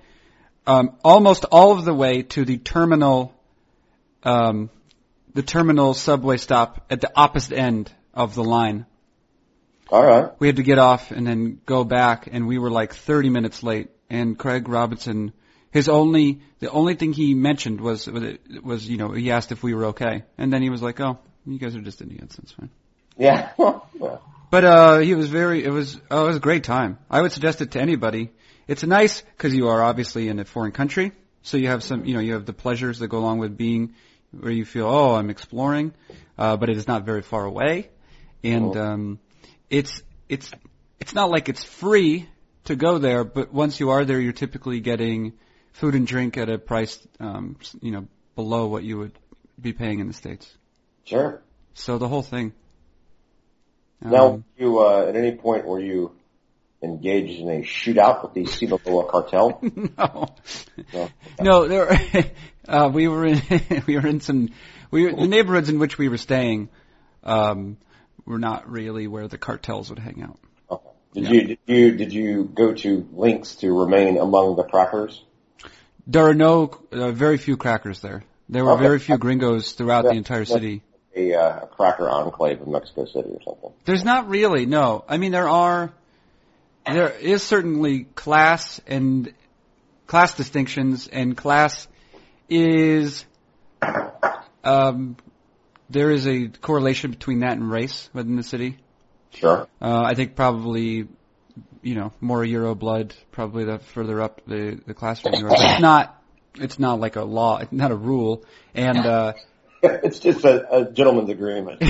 Speaker 3: um, almost all of the way to the terminal, um, the terminal subway stop at the opposite end of the line.
Speaker 2: All right.
Speaker 3: We had to get off and then go back, and we were like 30 minutes late. And Craig Robinson, his only, the only thing he mentioned was was you know he asked if we were okay, and then he was like, "Oh, you guys are just idiots. That's fine."
Speaker 2: Yeah. Well,
Speaker 3: But uh, he was very. It was. Oh, it was a great time. I would suggest it to anybody. It's nice because you are obviously in a foreign country, so you have some. You know, you have the pleasures that go along with being where you feel, oh, I'm exploring, uh, but it is not very far away, and
Speaker 2: Cool.
Speaker 3: um, it's it's it's not like it's free to go there. But once you are there, you're typically getting food and drink at a price, um, s- you know, below what you would be paying in the states.
Speaker 2: sure.
Speaker 3: So the whole thing.
Speaker 2: now,
Speaker 3: Um,
Speaker 2: were you uh, at any point were you engaged in a shootout with the Sinaloa cartel?
Speaker 3: no.
Speaker 2: No.
Speaker 3: No, there. uh, we were in. we were in some. We were, the neighborhoods in which we were staying um, were not really where the cartels would hang out.
Speaker 2: Okay. Did you did you did you go to links to remain among the crackers?
Speaker 3: There are no, uh, very few crackers there. There were
Speaker 2: Okay.
Speaker 3: very few gringos throughout the
Speaker 2: Yeah.
Speaker 3: entire
Speaker 2: Yeah.
Speaker 3: city.
Speaker 2: A, uh, a cracker enclave in Mexico City or something.
Speaker 3: There's not really. No, I mean there are. There is certainly class and class distinctions, and class is. Um, there is a correlation between that and race within the city.
Speaker 2: Sure.
Speaker 3: Uh, I think probably, you know, more Euro blood, probably the further up the, the classroom you are. But It's not, it's not like a law, it's not a rule. And, uh,
Speaker 2: it's just a, a gentleman's agreement.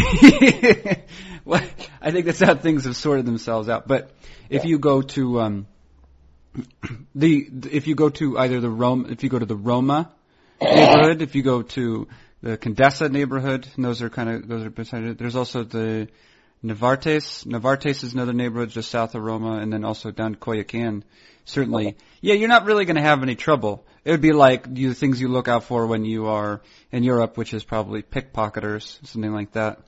Speaker 3: well, I think that's how things have sorted themselves out. But if
Speaker 2: Yeah.
Speaker 3: you go to, um, the, if you go to either the Rome, if you go to the Roma neighborhood, if you go to the Condesa neighborhood, and those are kind of, those are beside it. There's also the, Navartes. Navartes is another neighborhood just south of Roma, and then also down Coyacan. Certainly, yeah, you're not really going to have any trouble. It would be like you- the things you look out for when you are in Europe, which is probably pickpocketers, something like that.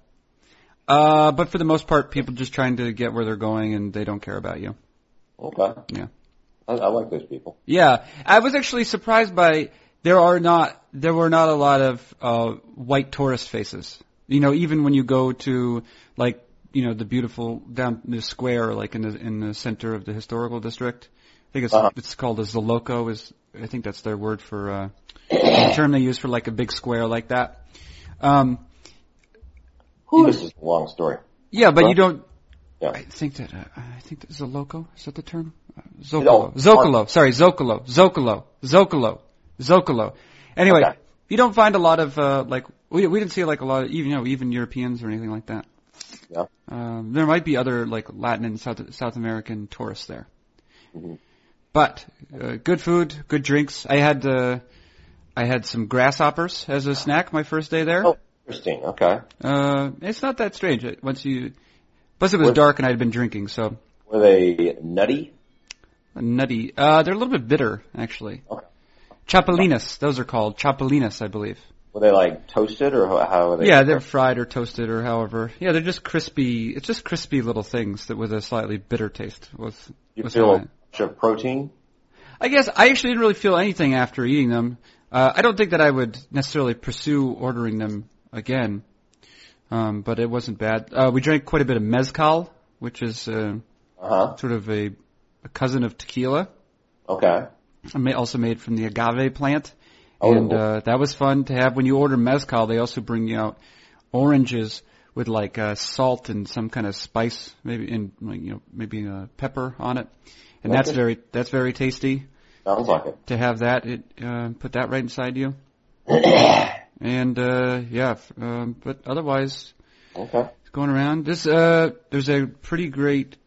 Speaker 3: Uh, but for the most part, people just trying to get where they're going, and they don't care about you.
Speaker 2: Okay.
Speaker 3: Yeah.
Speaker 2: I, I like those people.
Speaker 3: Yeah, I was actually surprised by there are not there were not a lot of uh, white tourist faces. You know, even when you go to like you know the beautiful down the square, like in the in the center of the historical district. I think it's
Speaker 2: Uh-huh.
Speaker 3: it's called a zoloco. Is I think that's their word for uh, the term they use for like a big square like that. Um,
Speaker 2: This is a long story.
Speaker 3: yeah, but
Speaker 2: Well,
Speaker 3: you don't.
Speaker 2: yeah.
Speaker 3: I think that uh, I think that's zoloco. Is that the term? Uh,
Speaker 2: No,
Speaker 3: Zocalo. Zocalo. Sorry, Zocalo. Zocalo. Zocalo. Zocalo. Anyway,
Speaker 2: Okay.
Speaker 3: you don't find a lot of uh, like we we didn't see like a lot of even you know even Europeans or anything like that.
Speaker 2: Yeah.
Speaker 3: Um, there might be other like Latin and South South American tourists there.
Speaker 2: Mhm.
Speaker 3: But uh, good food, good drinks. I had uh, I had some grasshoppers as a snack my first day there.
Speaker 2: Oh. Interesting. Okay.
Speaker 3: Uh, it's not that strange it- once you. Plus, it was
Speaker 2: What-
Speaker 3: dark and I had been drinking, so
Speaker 2: Were they nutty?
Speaker 3: nutty. Uh, they're a little bit bitter actually.
Speaker 2: Okay.
Speaker 3: Chapelinas, those are called chapelinas, I believe.
Speaker 2: Were they like toasted or how, how were they?
Speaker 3: Yeah, they're fried or toasted or however. Yeah, they're just crispy. It's just crispy little things that with a slightly bitter taste. Was
Speaker 2: You
Speaker 3: was
Speaker 2: feel
Speaker 3: fine.
Speaker 2: a bunch of protein?
Speaker 3: I guess I actually didn't really feel anything after eating them. Uh, I don't think that I would necessarily pursue ordering them again, um, but it wasn't bad. Uh, we drank quite a bit of mezcal, which is uh,
Speaker 2: Uh huh.
Speaker 3: sort of a, a cousin of tequila,
Speaker 2: Okay.
Speaker 3: ma- also made from the agave plant,
Speaker 2: Oh.
Speaker 3: and uh, that was fun to have. When you order mezcal, they also bring you out oranges with like uh, salt and some kind of spice, maybe and like, you know maybe uh, pepper on it, and that's
Speaker 2: Okay.
Speaker 3: very that's very tasty.
Speaker 2: Sounds like it.
Speaker 3: to have that it uh, put that right inside you and uh yeah f- um but otherwise
Speaker 2: Okay.
Speaker 3: going around this uh there's a pretty great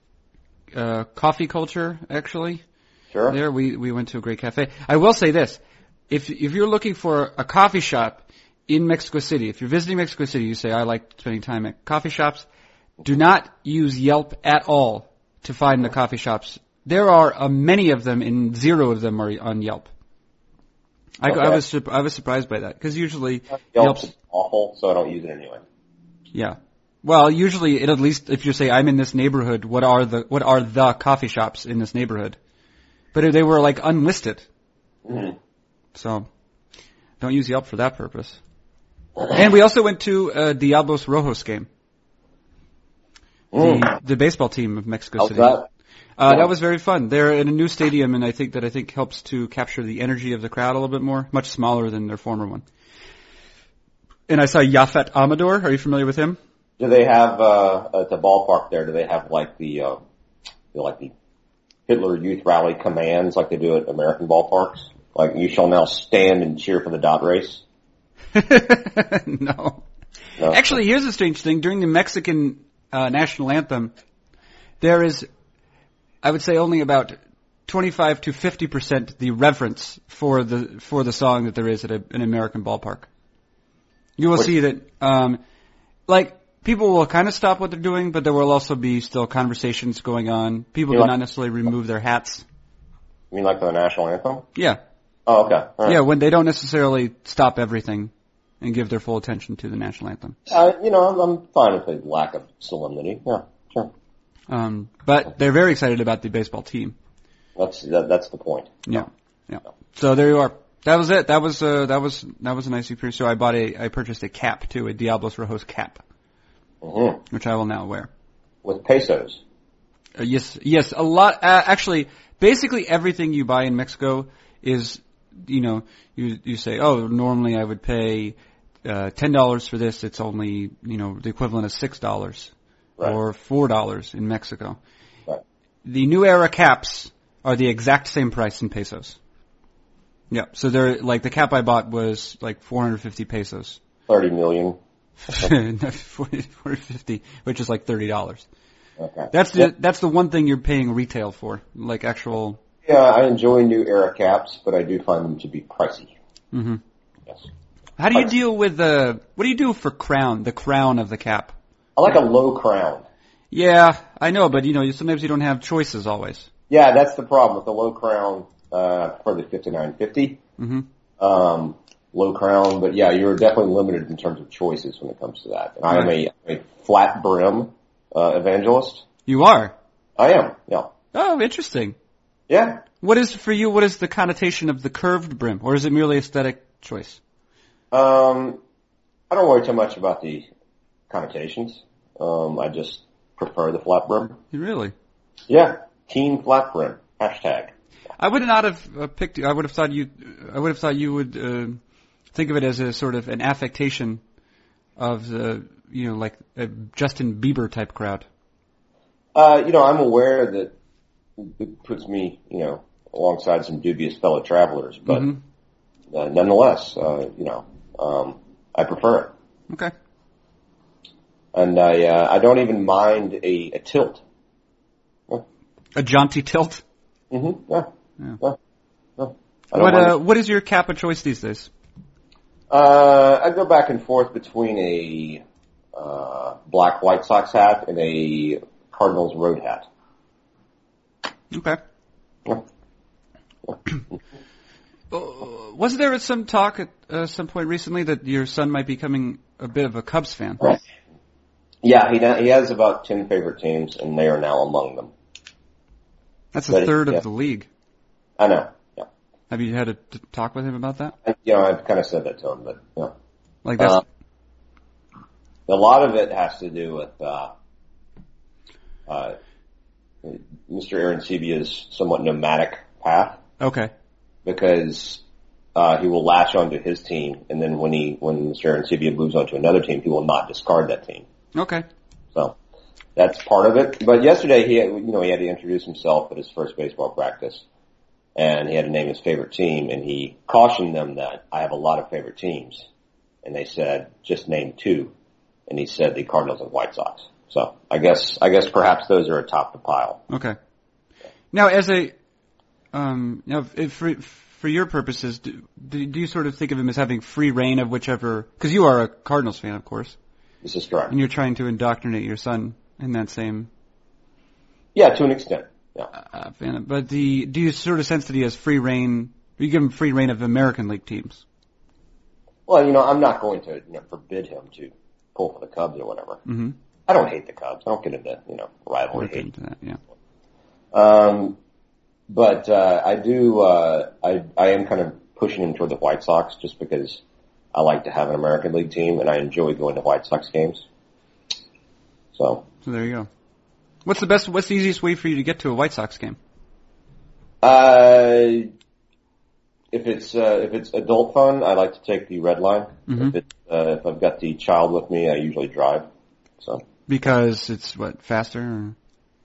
Speaker 3: uh coffee culture actually
Speaker 2: Sure.
Speaker 3: there we we went to a great cafe i will say this if if you're looking for a coffee shop in mexico city if you're visiting mexico city you say i like spending time at coffee shops do not use yelp at all to find in the coffee shops. There are uh, many of them, and zero of them are on Yelp. I, I
Speaker 2: Okay.
Speaker 3: was sur- I was surprised by that because usually
Speaker 2: Yelp's
Speaker 3: Yelp's-
Speaker 2: awful, so I don't use it anyway.
Speaker 3: yeah. Well, usually it at least if you say I'm in this neighborhood, what are the what are the coffee shops in this neighborhood? But they were like unlisted,
Speaker 2: Mhm.
Speaker 3: so don't use Yelp for that purpose. And we also went to uh, Diablos Rojos game,
Speaker 2: Mm.
Speaker 3: the, the baseball team of Mexico
Speaker 2: Oh. How's
Speaker 3: City.
Speaker 2: that?
Speaker 3: Uh, that
Speaker 2: Yeah.
Speaker 3: was very fun. They're in a new stadium, and I think that I think helps to capture the energy of the crowd a little bit more. Much smaller than their former one. And I saw Yafet Amador. Are you familiar with him?
Speaker 2: Do they have uh, at the ballpark there? Do they have like the uh, you know, like the Hitler Youth Rally commands like they do at American ballparks? Like you shall now stand and cheer for the dot race.
Speaker 3: no.
Speaker 2: No?
Speaker 3: Actually, here's a strange thing. During the Mexican uh, national anthem, there is, I would say, only about 25 to 50 percent the reverence for the for the song that there is at a, an American ballpark. You will
Speaker 2: What-
Speaker 3: see that, um, like people will kind of stop what they're doing, but there will also be still conversations going on. People do
Speaker 2: Yeah.
Speaker 3: not necessarily remove their hats.
Speaker 2: you mean like the national anthem?
Speaker 3: Yeah,
Speaker 2: Oh, okay. All right.
Speaker 3: yeah, when they don't necessarily stop everything and give their full attention to the national anthem.
Speaker 2: Uh, you know, I'm, I'm fine with the lack of solemnity. Yeah, sure.
Speaker 3: Um, but they're very excited about the baseball team.
Speaker 2: That's that, that's the point.
Speaker 3: Yeah, yeah. So there you are. That was it. That was uh, that was that was a nice experience. So I bought a I purchased a cap too, a Diablos Rojos cap,
Speaker 2: hmm
Speaker 3: which I will now wear.
Speaker 2: With pesos.
Speaker 3: Uh, yes, yes. A lot. Uh, actually, basically everything you buy in Mexico is, you know, you you say, oh, normally I would pay uh, ten dollars for this. It's only you know the equivalent of six dollars.
Speaker 2: Right.
Speaker 3: or four dollars in Mexico.
Speaker 2: Right.
Speaker 3: The new era caps are the exact same price in pesos. Yeah, so they're like the cap I bought was like 450 pesos,
Speaker 2: Thirty million.
Speaker 3: 450, which is like thirty dollars.
Speaker 2: Okay.
Speaker 3: That's the
Speaker 2: Yeah.
Speaker 3: that's the one thing you're paying retail for, like actual.
Speaker 2: Yeah, I enjoy new era caps, but I do find them to be pricey.
Speaker 3: hmm
Speaker 2: Yes.
Speaker 3: How do you
Speaker 2: Right.
Speaker 3: deal with the? What do you do for crown? The crown of the cap.
Speaker 2: I like a low crown.
Speaker 3: Yeah, I know, but you know, you, sometimes you don't have choices always.
Speaker 2: Yeah, that's the problem with the low crown uh, for the 5950.
Speaker 3: hmm
Speaker 2: Um, low crown, but yeah, you're definitely limited in terms of choices when it comes to that. And I am a, a flat brim uh, evangelist.
Speaker 3: You are.
Speaker 2: I am. Yeah.
Speaker 3: Oh, interesting.
Speaker 2: Yeah.
Speaker 3: What is for you? What is the connotation of the curved brim, or is it merely aesthetic choice?
Speaker 2: Um, I don't worry too much about the connotations. Um, I just prefer the flat brim.
Speaker 3: Really,
Speaker 2: Yeah. Teen flat brim. Hashtag.
Speaker 3: I would not have uh, picked. I would have thought you. I would have thought you would uh, think of it as a sort of an affectation of the, you know, like a Justin Bieber type crowd.
Speaker 2: Uh, you know, I'm aware that it puts me, you know, alongside some dubious fellow travelers, but
Speaker 3: Mhm.
Speaker 2: uh, nonetheless, uh, you know, um, I prefer it,
Speaker 3: Okay.
Speaker 2: and I uh, I don't even mind a, a tilt.
Speaker 3: A jaunty tilt.
Speaker 2: Mm-hmm. Yeah.
Speaker 3: Yeah.
Speaker 2: Yeah. Yeah. I don't
Speaker 3: What
Speaker 2: mind
Speaker 3: uh, what is your cap of choice these days?
Speaker 2: it. uh, I go back and forth between a uh, black White Sox hat and a Cardinals road hat.
Speaker 3: Okay.
Speaker 2: Yeah.
Speaker 3: Uh, was there some talk at uh, some point recently that your son might be becoming a bit of a Cubs fan?
Speaker 2: Yeah, he he has about ten favorite teams, and they are now among them.
Speaker 3: That's
Speaker 2: But
Speaker 3: a
Speaker 2: it-
Speaker 3: third
Speaker 2: yeah.
Speaker 3: of the league.
Speaker 2: I know. Yeah.
Speaker 3: Have you had a t- talk with him about that?
Speaker 2: I- you know, I've kind of said that to him, but you know,
Speaker 3: Like that's
Speaker 2: Uh, a lot of it has to do with uh, uh, Mr. Aaron Sevia's somewhat nomadic path
Speaker 3: okay.
Speaker 2: because uh, he will latch onto his team, and then when he when Mr. Aaron Sevia moves on to another team, he will not discard that team.
Speaker 3: Okay.
Speaker 2: So that's part of it. But yesterday, he had, you know he had to introduce himself at his first baseball practice, and he had to name his favorite team. And he cautioned them that I have a lot of favorite teams, and they said just name two, and he said the Cardinals and White Sox. So I guess I guess perhaps those are atop the pile.
Speaker 3: Okay. Now, as a um, now if, for for your purposes, do, do do you sort of think of him as having free reign of whichever? Because you are a Cardinals fan, of course,
Speaker 2: This is correct.
Speaker 3: and you're trying to indoctrinate your son in that same
Speaker 2: Yeah, to an extent. Yeah.
Speaker 3: Uh, fan- but the do you sort of sense that he has free reign? You give him free reign of American League teams.
Speaker 2: Well, you know, I'm not going to you know, forbid him to pull for the Cubs or whatever.
Speaker 3: Mm-hmm.
Speaker 2: I don't hate the Cubs. I don't get into you know rivalry Oh, hate.
Speaker 3: into that, yeah.
Speaker 2: Um, but uh, I do. Uh, I I am kind of pushing him toward the White Sox just because I like to have an American League team and I enjoy going to White Sox games. So
Speaker 3: So there you go. What's the best? What's the easiest way for you to get to a White Sox game?
Speaker 2: Uh, if it's uh, if it's adult fun, I like to take the red line.
Speaker 3: Mhm.
Speaker 2: If it's uh, if I've got the child with me, I usually drive. So
Speaker 3: Because it's what faster. Or,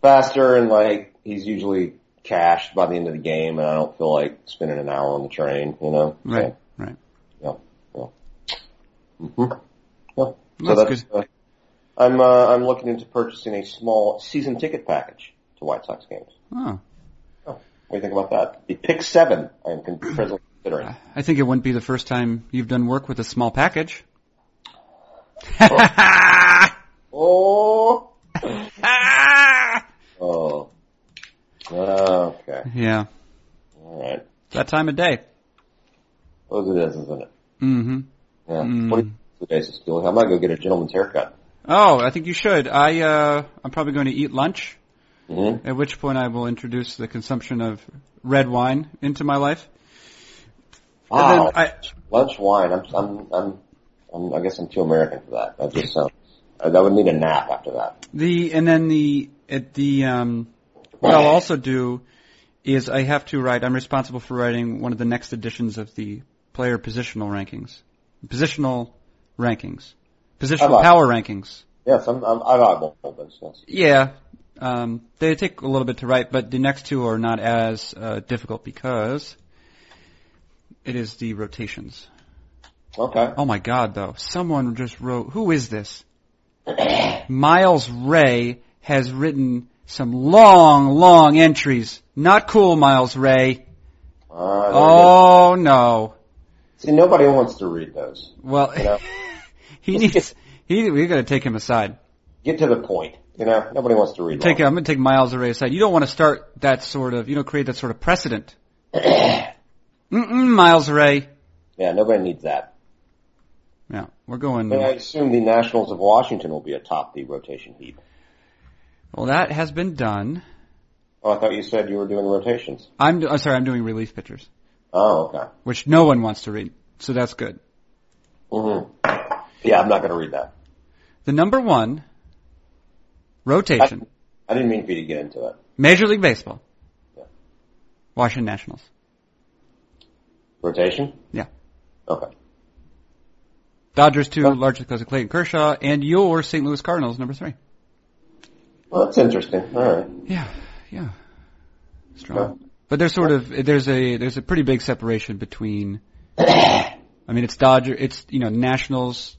Speaker 2: faster and like he's usually cashed by the end of the game, and I don't feel like spending an hour on the train. You know,
Speaker 3: right, right.
Speaker 2: So, yeah, yeah. hmm Yeah.
Speaker 3: Well,
Speaker 2: so
Speaker 3: that's
Speaker 2: that's uh, I'm uh, I'm looking into purchasing a small season ticket package to White Sox games.
Speaker 3: Oh,
Speaker 2: What do you think about that? The pick seven I am con- presently considering.
Speaker 3: I I think it wouldn't be the first time you've done work with a small package.
Speaker 2: Oh. Oh. Okay.
Speaker 3: yeah,
Speaker 2: All right.
Speaker 3: it's that time of day.
Speaker 2: Those it is, isn't it?
Speaker 3: Mm-hmm.
Speaker 2: Yeah.
Speaker 3: Mm.
Speaker 2: What are the basis doing? I might go get a gentleman's haircut.
Speaker 3: Oh, I think you should. I uh, I'm probably going to eat lunch.
Speaker 2: Mm-hmm.
Speaker 3: At which point I will introduce the consumption of red wine into my life. And
Speaker 2: Wow.
Speaker 3: then I,
Speaker 2: Lunch wine. I'm, I'm, I'm, I'm, I guess I'm too American for that. That just sounds, I, I would need a nap after that.
Speaker 3: the and then the at the um, what I'll also do is I have to write. I'm responsible for writing one of the next editions of the player positional rankings, positional rankings,
Speaker 2: How
Speaker 3: positional
Speaker 2: about-
Speaker 3: power rankings.
Speaker 2: Yes, I'm, I'm, I've eyeballed those. Yes.
Speaker 3: Yeah, um, they take a little bit to write, but the next two are not as uh, difficult because it is the rotations.
Speaker 2: Okay.
Speaker 3: Oh my god, though. Someone just wrote, who is this? Miles Ray has written some long, long entries. Not cool, Miles Ray.
Speaker 2: Uh, oh.
Speaker 3: Oh no.
Speaker 2: See, nobody wants to read those.
Speaker 3: Well,
Speaker 2: You know?
Speaker 3: he needs, he, we gotta take him aside.
Speaker 2: Get to the point. You know, nobody wants to read
Speaker 3: Take,
Speaker 2: long.
Speaker 3: I'm gonna take Miles Ray aside. You don't wanna start that sort of, you don't create that sort of precedent. Mm-mm, Miles Ray.
Speaker 2: Yeah, nobody needs that.
Speaker 3: Yeah, we're going,
Speaker 2: But I assume the Nationals of Washington will be atop the rotation heap.
Speaker 3: well that has been done.
Speaker 2: Oh, I thought you said you were doing rotations.
Speaker 3: I'm, do- I'm sorry, I'm doing relief pitchers,
Speaker 2: Oh, okay.
Speaker 3: which no one wants to read. So that's good.
Speaker 2: hmm Yeah, I'm not going to read that.
Speaker 3: The number one rotation,
Speaker 2: I didn't mean for you to get into it.
Speaker 3: Major League Baseball,
Speaker 2: Yeah.
Speaker 3: Washington Nationals.
Speaker 2: Rotation?
Speaker 3: Yeah.
Speaker 2: Okay.
Speaker 3: Dodgers two,
Speaker 2: Yeah.
Speaker 3: largely because of Clayton Kershaw, and your St. Louis Cardinals number three.
Speaker 2: Well, that's interesting. All right.
Speaker 3: Yeah, yeah, strong. But there's sort of there's a there's a pretty big separation between. I mean, it's Dodger. It's you know Nationals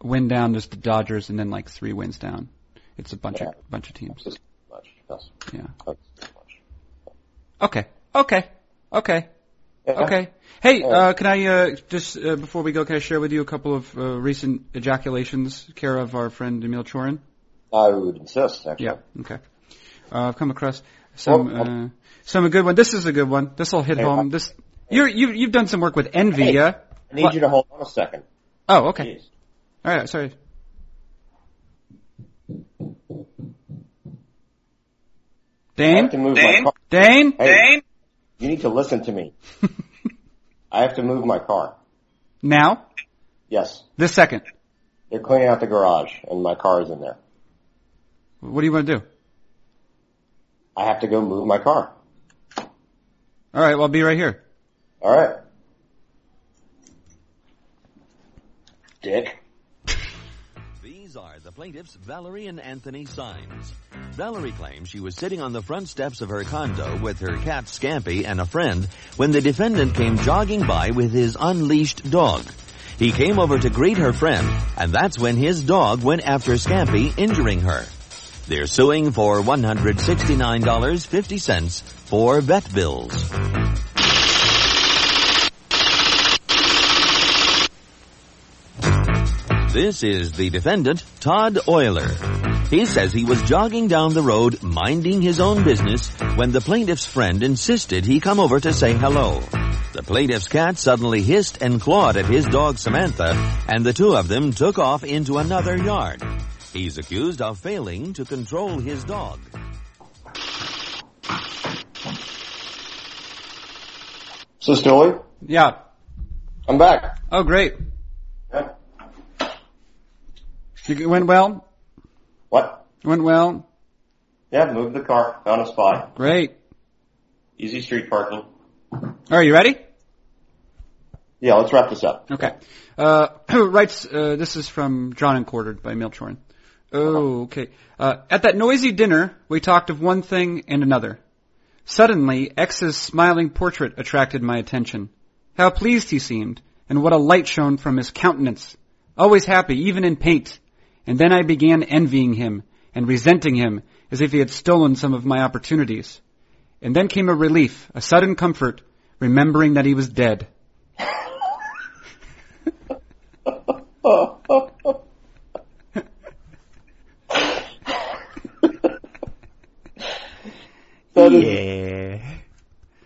Speaker 3: win down. There's the Dodgers, and then like three wins down. It's a bunch
Speaker 2: Yeah.
Speaker 3: of bunch of teams.
Speaker 2: That's too much. That's
Speaker 3: Yeah.
Speaker 2: that's too much.
Speaker 3: Okay. Okay. Okay.
Speaker 2: Yeah.
Speaker 3: Okay. Hey,
Speaker 2: Yeah.
Speaker 3: uh, can I uh, just uh, before we go, can I share with you a couple of uh, recent ejaculations, care of our friend Emil Chorin?
Speaker 2: I would insist, actually.
Speaker 3: Yeah. Okay. Uh, I've come across some uh, some a good one. This is a good one. This will hit
Speaker 2: Hey,
Speaker 3: home.
Speaker 2: I-
Speaker 3: This you're, you you've done some work with Envy,
Speaker 2: Hey.
Speaker 3: yeah?
Speaker 2: I need
Speaker 3: What?
Speaker 2: you to hold on a second.
Speaker 3: Oh, okay.
Speaker 2: Jeez.
Speaker 3: All right. Sorry.
Speaker 2: I have
Speaker 3: Dane.
Speaker 2: to move
Speaker 4: Dane?
Speaker 2: my car.
Speaker 3: Dane.
Speaker 2: Hey, you need to listen to me. I have to move my car.
Speaker 3: Now.
Speaker 2: Yes.
Speaker 3: This second.
Speaker 2: They're cleaning out the garage, and my car is in there.
Speaker 3: What do you want to do?
Speaker 2: I have to go move my car.
Speaker 3: All right. Well, I'll be right here.
Speaker 2: All right. Dick.
Speaker 4: These are the plaintiffs Valerie and Anthony Sines. Valerie claims she was sitting on the front steps of her condo with her cat Scampy and a friend when the defendant came jogging by with his unleashed dog. He came over to greet her friend, and that's when his dog went after Scampy, injuring her. They're suing for $169.50 for vet bills. This is the defendant, Todd Euler. He says he was jogging down the road, minding his own business, when the plaintiff's friend insisted he come over to say hello. The plaintiff's cat suddenly hissed and clawed at his dog Samantha, and the two of them took off into another yard. He's accused of failing to control his dog.
Speaker 2: So Snowy,
Speaker 3: Yeah.
Speaker 2: I'm back.
Speaker 3: Oh, great.
Speaker 2: Yeah.
Speaker 3: It went well.
Speaker 2: What?
Speaker 3: It went well.
Speaker 2: Yeah, moved the car, found a spot,
Speaker 3: Great.
Speaker 2: easy street parking.
Speaker 3: All right, you ready?
Speaker 2: Yeah, let's wrap this up.
Speaker 3: Okay. Uh, writes, uh, this is from John and Quartered by Milchorn. Oh, okay. Uh, at that noisy dinner, we talked of one thing and another. Suddenly, X's smiling portrait attracted my attention. How pleased he seemed, and what a light shone from his countenance. Always happy, even in paint. And then I began envying him, and resenting him, as if he had stolen some of my opportunities. And then came a relief, a sudden comfort, remembering that he was dead.
Speaker 2: That is-
Speaker 5: Yeah.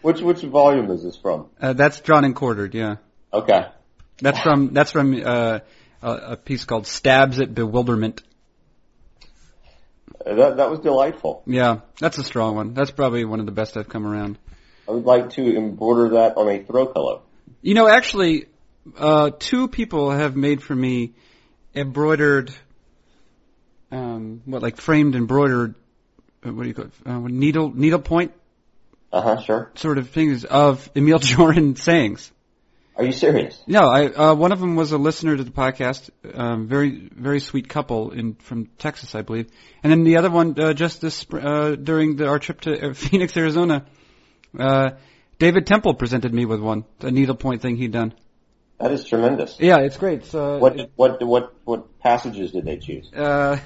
Speaker 2: which which volume is this from?
Speaker 3: Uh, that's drawn and quartered, yeah.
Speaker 2: Okay.
Speaker 3: That's from that's from uh, a, a piece called "Stabs at Bewilderment."
Speaker 2: Uh, That that was delightful.
Speaker 3: Yeah, that's a strong one. That's probably one of the best I've come around.
Speaker 2: I would like to embroider that on a throw pillow.
Speaker 3: You know, actually, uh, two people have made for me embroidered, um, what like framed embroidered, uh, what do you call it? Uh, needle needlepoint
Speaker 2: Uh
Speaker 3: Uh-huh,
Speaker 2: huh. Sure.
Speaker 3: sort of things of Emil Joran sayings.
Speaker 2: Are you serious?
Speaker 3: No, I uh, one of them was a listener to the podcast, um, very very sweet couple in from Texas, I believe, and then the other one uh, just this spr- uh, during the, our trip to uh, Phoenix, Arizona, uh, David Temple presented me with one, a needlepoint thing he'd done.
Speaker 2: That is tremendous.
Speaker 3: Yeah, it's great. It's, uh,
Speaker 2: What did- what what what passages did they choose?
Speaker 3: uh,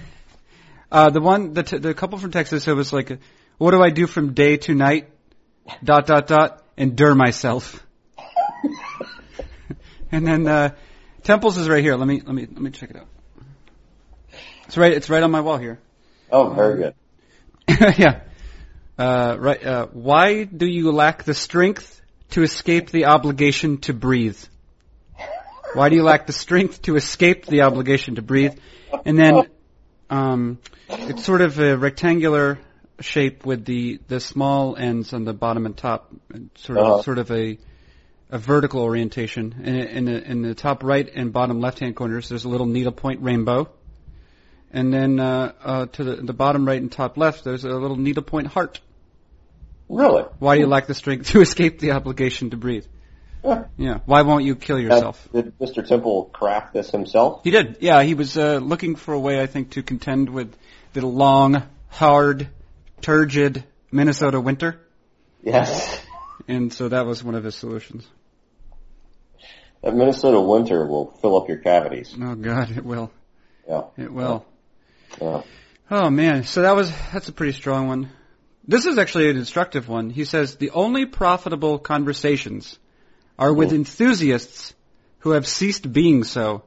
Speaker 3: uh, the one the t- the couple from Texas, it was like, what do I do from day to night? Dot dot dot, endure myself. and then uh, Temple's is right here. Let me let me let me check it out. It's right it's right on my wall here.
Speaker 2: Oh, very good.
Speaker 3: yeah. Uh, right. Uh, why do you lack the strength to escape the obligation to breathe? Why do you lack the strength to escape the obligation to breathe? And then, um, it's sort of a rectangular shape with the, the small ends on the bottom and top, and sort of
Speaker 2: Uh-huh.
Speaker 3: sort of a a vertical orientation. And in the, in the top right and bottom left hand corners, there's a little needlepoint rainbow. And then uh, uh, to the, the bottom right and top left, there's a little needlepoint heart.
Speaker 2: Really?
Speaker 3: Why do you lack the strength to escape the obligation to breathe?
Speaker 2: Yeah.
Speaker 3: Yeah. Why won't you kill
Speaker 2: Now,
Speaker 3: yourself?
Speaker 2: did Mr. Temple craft this himself?
Speaker 3: He did. Yeah, he was uh, looking for a way, I think, to contend with the long, hard, turgid Minnesota winter,
Speaker 2: Yes.
Speaker 3: and so that was one of his solutions.
Speaker 2: That Minnesota winter will fill up your cavities.
Speaker 3: Oh God, it will.
Speaker 2: Yeah.
Speaker 3: It will.
Speaker 2: Yeah.
Speaker 3: Oh man, so that was that's a pretty strong one. This is actually an instructive one. He says the only profitable conversations are with
Speaker 2: Mm.
Speaker 3: enthusiasts who have ceased being so.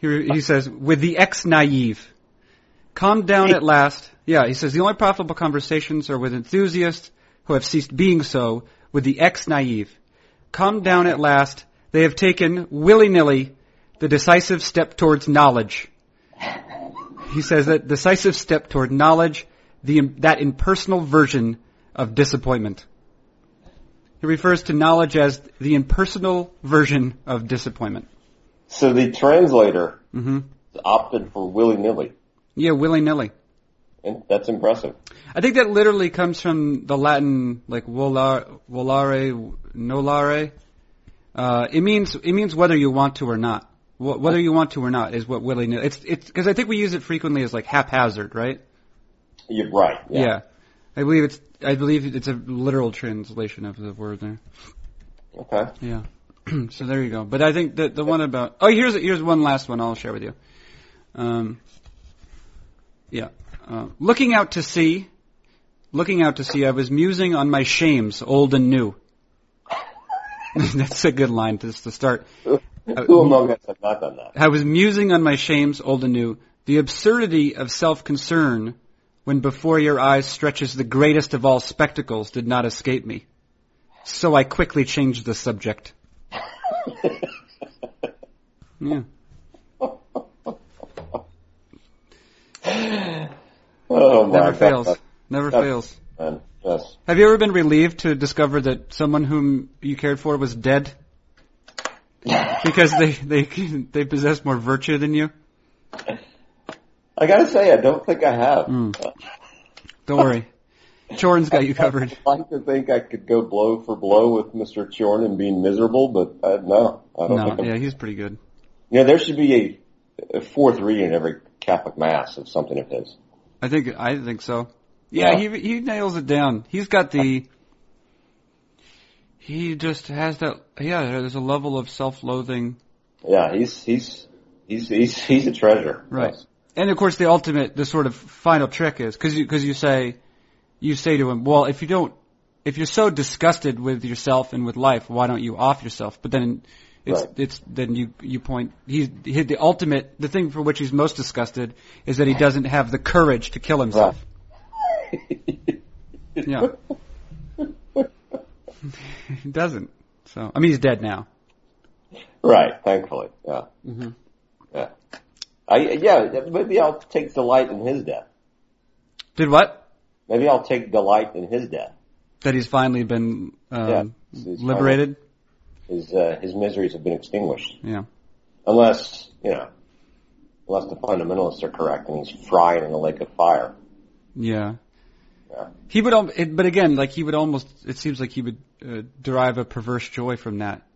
Speaker 3: He, he says with the ex naive, calm down at last. Yeah, he says the only profitable conversations are with enthusiasts who have ceased being so. With the ex naive, calm down at last. They have taken willy nilly the decisive step towards knowledge. He says that decisive step toward knowledge, the that impersonal version of disappointment. He refers to knowledge as the impersonal version of disappointment.
Speaker 2: So the translator
Speaker 3: hmm
Speaker 2: opted for willy nilly,
Speaker 3: Yeah, willy nilly.
Speaker 2: and that's impressive.
Speaker 3: I think that literally comes from the Latin, like volare, volare nolare. Uh, it means it means whether you want to or not. Wh- Whether you want to or not is what willy nilly. It's it's because I think we use it frequently as like haphazard, right?
Speaker 2: You're right.
Speaker 3: Yeah. I believe it's I believe it's a literal translation of the word there.
Speaker 2: Okay.
Speaker 3: Yeah. so there you go. But I think that the one about oh here's here's one last one I'll share with you. Um, yeah. Uh, looking out to sea, looking out to sea, I was musing on my shames, old and new. That's a good line to, to start. Uh,
Speaker 2: Who among us have not done that?
Speaker 3: I was musing on my shames, old and new. The absurdity of self-concern when before your eyes stretches the greatest of all spectacles did not escape me. So I quickly changed the subject. Yeah.
Speaker 2: oh my
Speaker 3: Never
Speaker 2: God.
Speaker 3: fails. Never
Speaker 2: That's-
Speaker 3: fails.
Speaker 2: Man, yes.
Speaker 3: Have you ever been relieved to discover that someone whom you cared for was dead? Because they, they, they possess more virtue than you?
Speaker 2: I gotta say, I don't think I have.
Speaker 3: Hmm. Don't worry. Chorn's got you covered.
Speaker 2: I'd like to think I could go blow for blow with Mr. Chorn and being miserable, but uh, no, I don't
Speaker 3: No,
Speaker 2: think. I'm,
Speaker 3: yeah, he's pretty good.
Speaker 2: You know, there should be a, a fourth reading in every Catholic mass of something of his.
Speaker 3: I think, I think so. Yeah,
Speaker 2: Yeah.
Speaker 3: he, he nails it down. He's got the, he just has that, yeah, there's a level of self-loathing
Speaker 2: Yeah, he's he's he's he's he's a treasure.
Speaker 3: Right.
Speaker 2: Yes.
Speaker 3: And of course, the ultimate, the sort of final trick is because you because you say, you say to him, well, if you don't, if you're so disgusted with yourself and with life, why don't you off yourself? But then, it's
Speaker 2: Right.
Speaker 3: it's then you you point he's he, the ultimate the thing for which he's most disgusted is that he doesn't have the courage to kill himself. Yeah. he doesn't. So I mean, he's dead now.
Speaker 2: Right. Thankfully. Yeah.
Speaker 3: Mhm.
Speaker 2: Yeah. I yeah. Maybe I'll take delight in his death.
Speaker 3: Did what?
Speaker 2: Maybe I'll take delight in his death.
Speaker 3: That he's finally been um,
Speaker 2: He's- he's
Speaker 3: liberated.
Speaker 2: His uh, his miseries have been extinguished.
Speaker 3: Yeah.
Speaker 2: Unless, you know, unless the fundamentalists are correct and he's frying in a lake of fire.
Speaker 3: Yeah.
Speaker 2: Yeah.
Speaker 3: He would, al- it, but again, like he would almost. It seems like he would uh, derive a perverse joy from that.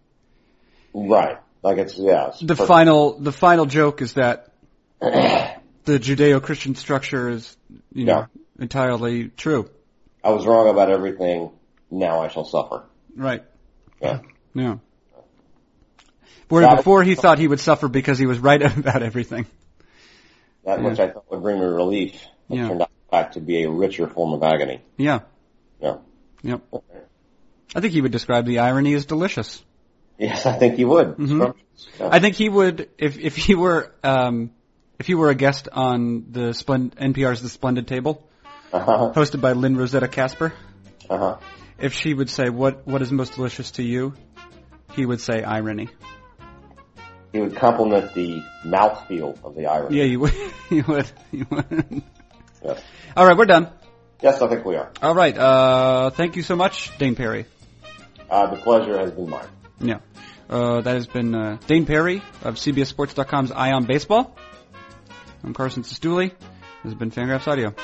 Speaker 2: Right. Like it's, yeah. It's
Speaker 3: The
Speaker 2: per-
Speaker 3: final, the final joke is that the Judeo-Christian structure is, you know, entirely true.
Speaker 2: I was wrong about everything. Now I shall suffer.
Speaker 3: Right.
Speaker 2: Yeah.
Speaker 3: Yeah. Where
Speaker 2: That-
Speaker 3: before he thought he would suffer because he was right about everything.
Speaker 2: That
Speaker 3: Yeah.
Speaker 2: which I thought would bring me relief it
Speaker 3: Yeah.
Speaker 2: turned out in fact to be a richer form of agony.
Speaker 3: Yeah.
Speaker 2: Yeah.
Speaker 3: Yep. I think he would describe the irony as delicious.
Speaker 2: Yes, I think he would.
Speaker 3: Mhm.
Speaker 2: Yeah.
Speaker 3: I think he would if if he were um if he were a guest on the Splend- NPR's The Splendid Table,
Speaker 2: Uh-huh.
Speaker 3: hosted by Lynn Rosetta Casper.
Speaker 2: Uh-huh.
Speaker 3: If she would say what what is most delicious to you, he would say irony.
Speaker 2: He would compliment the mouthfeel of the irony.
Speaker 3: Yeah, you would. You would. You would.
Speaker 2: Yes.
Speaker 3: All right, we're done.
Speaker 2: yes, I think we are.
Speaker 3: All right. Uh, thank you so much, Dane Perry.
Speaker 2: Uh, the pleasure has been mine.
Speaker 3: Yeah. Uh, that has been uh, Dane Perry of CBSSports.com's Eye on Baseball. I'm Carson Sestouli. This has been Fangraphs Audio.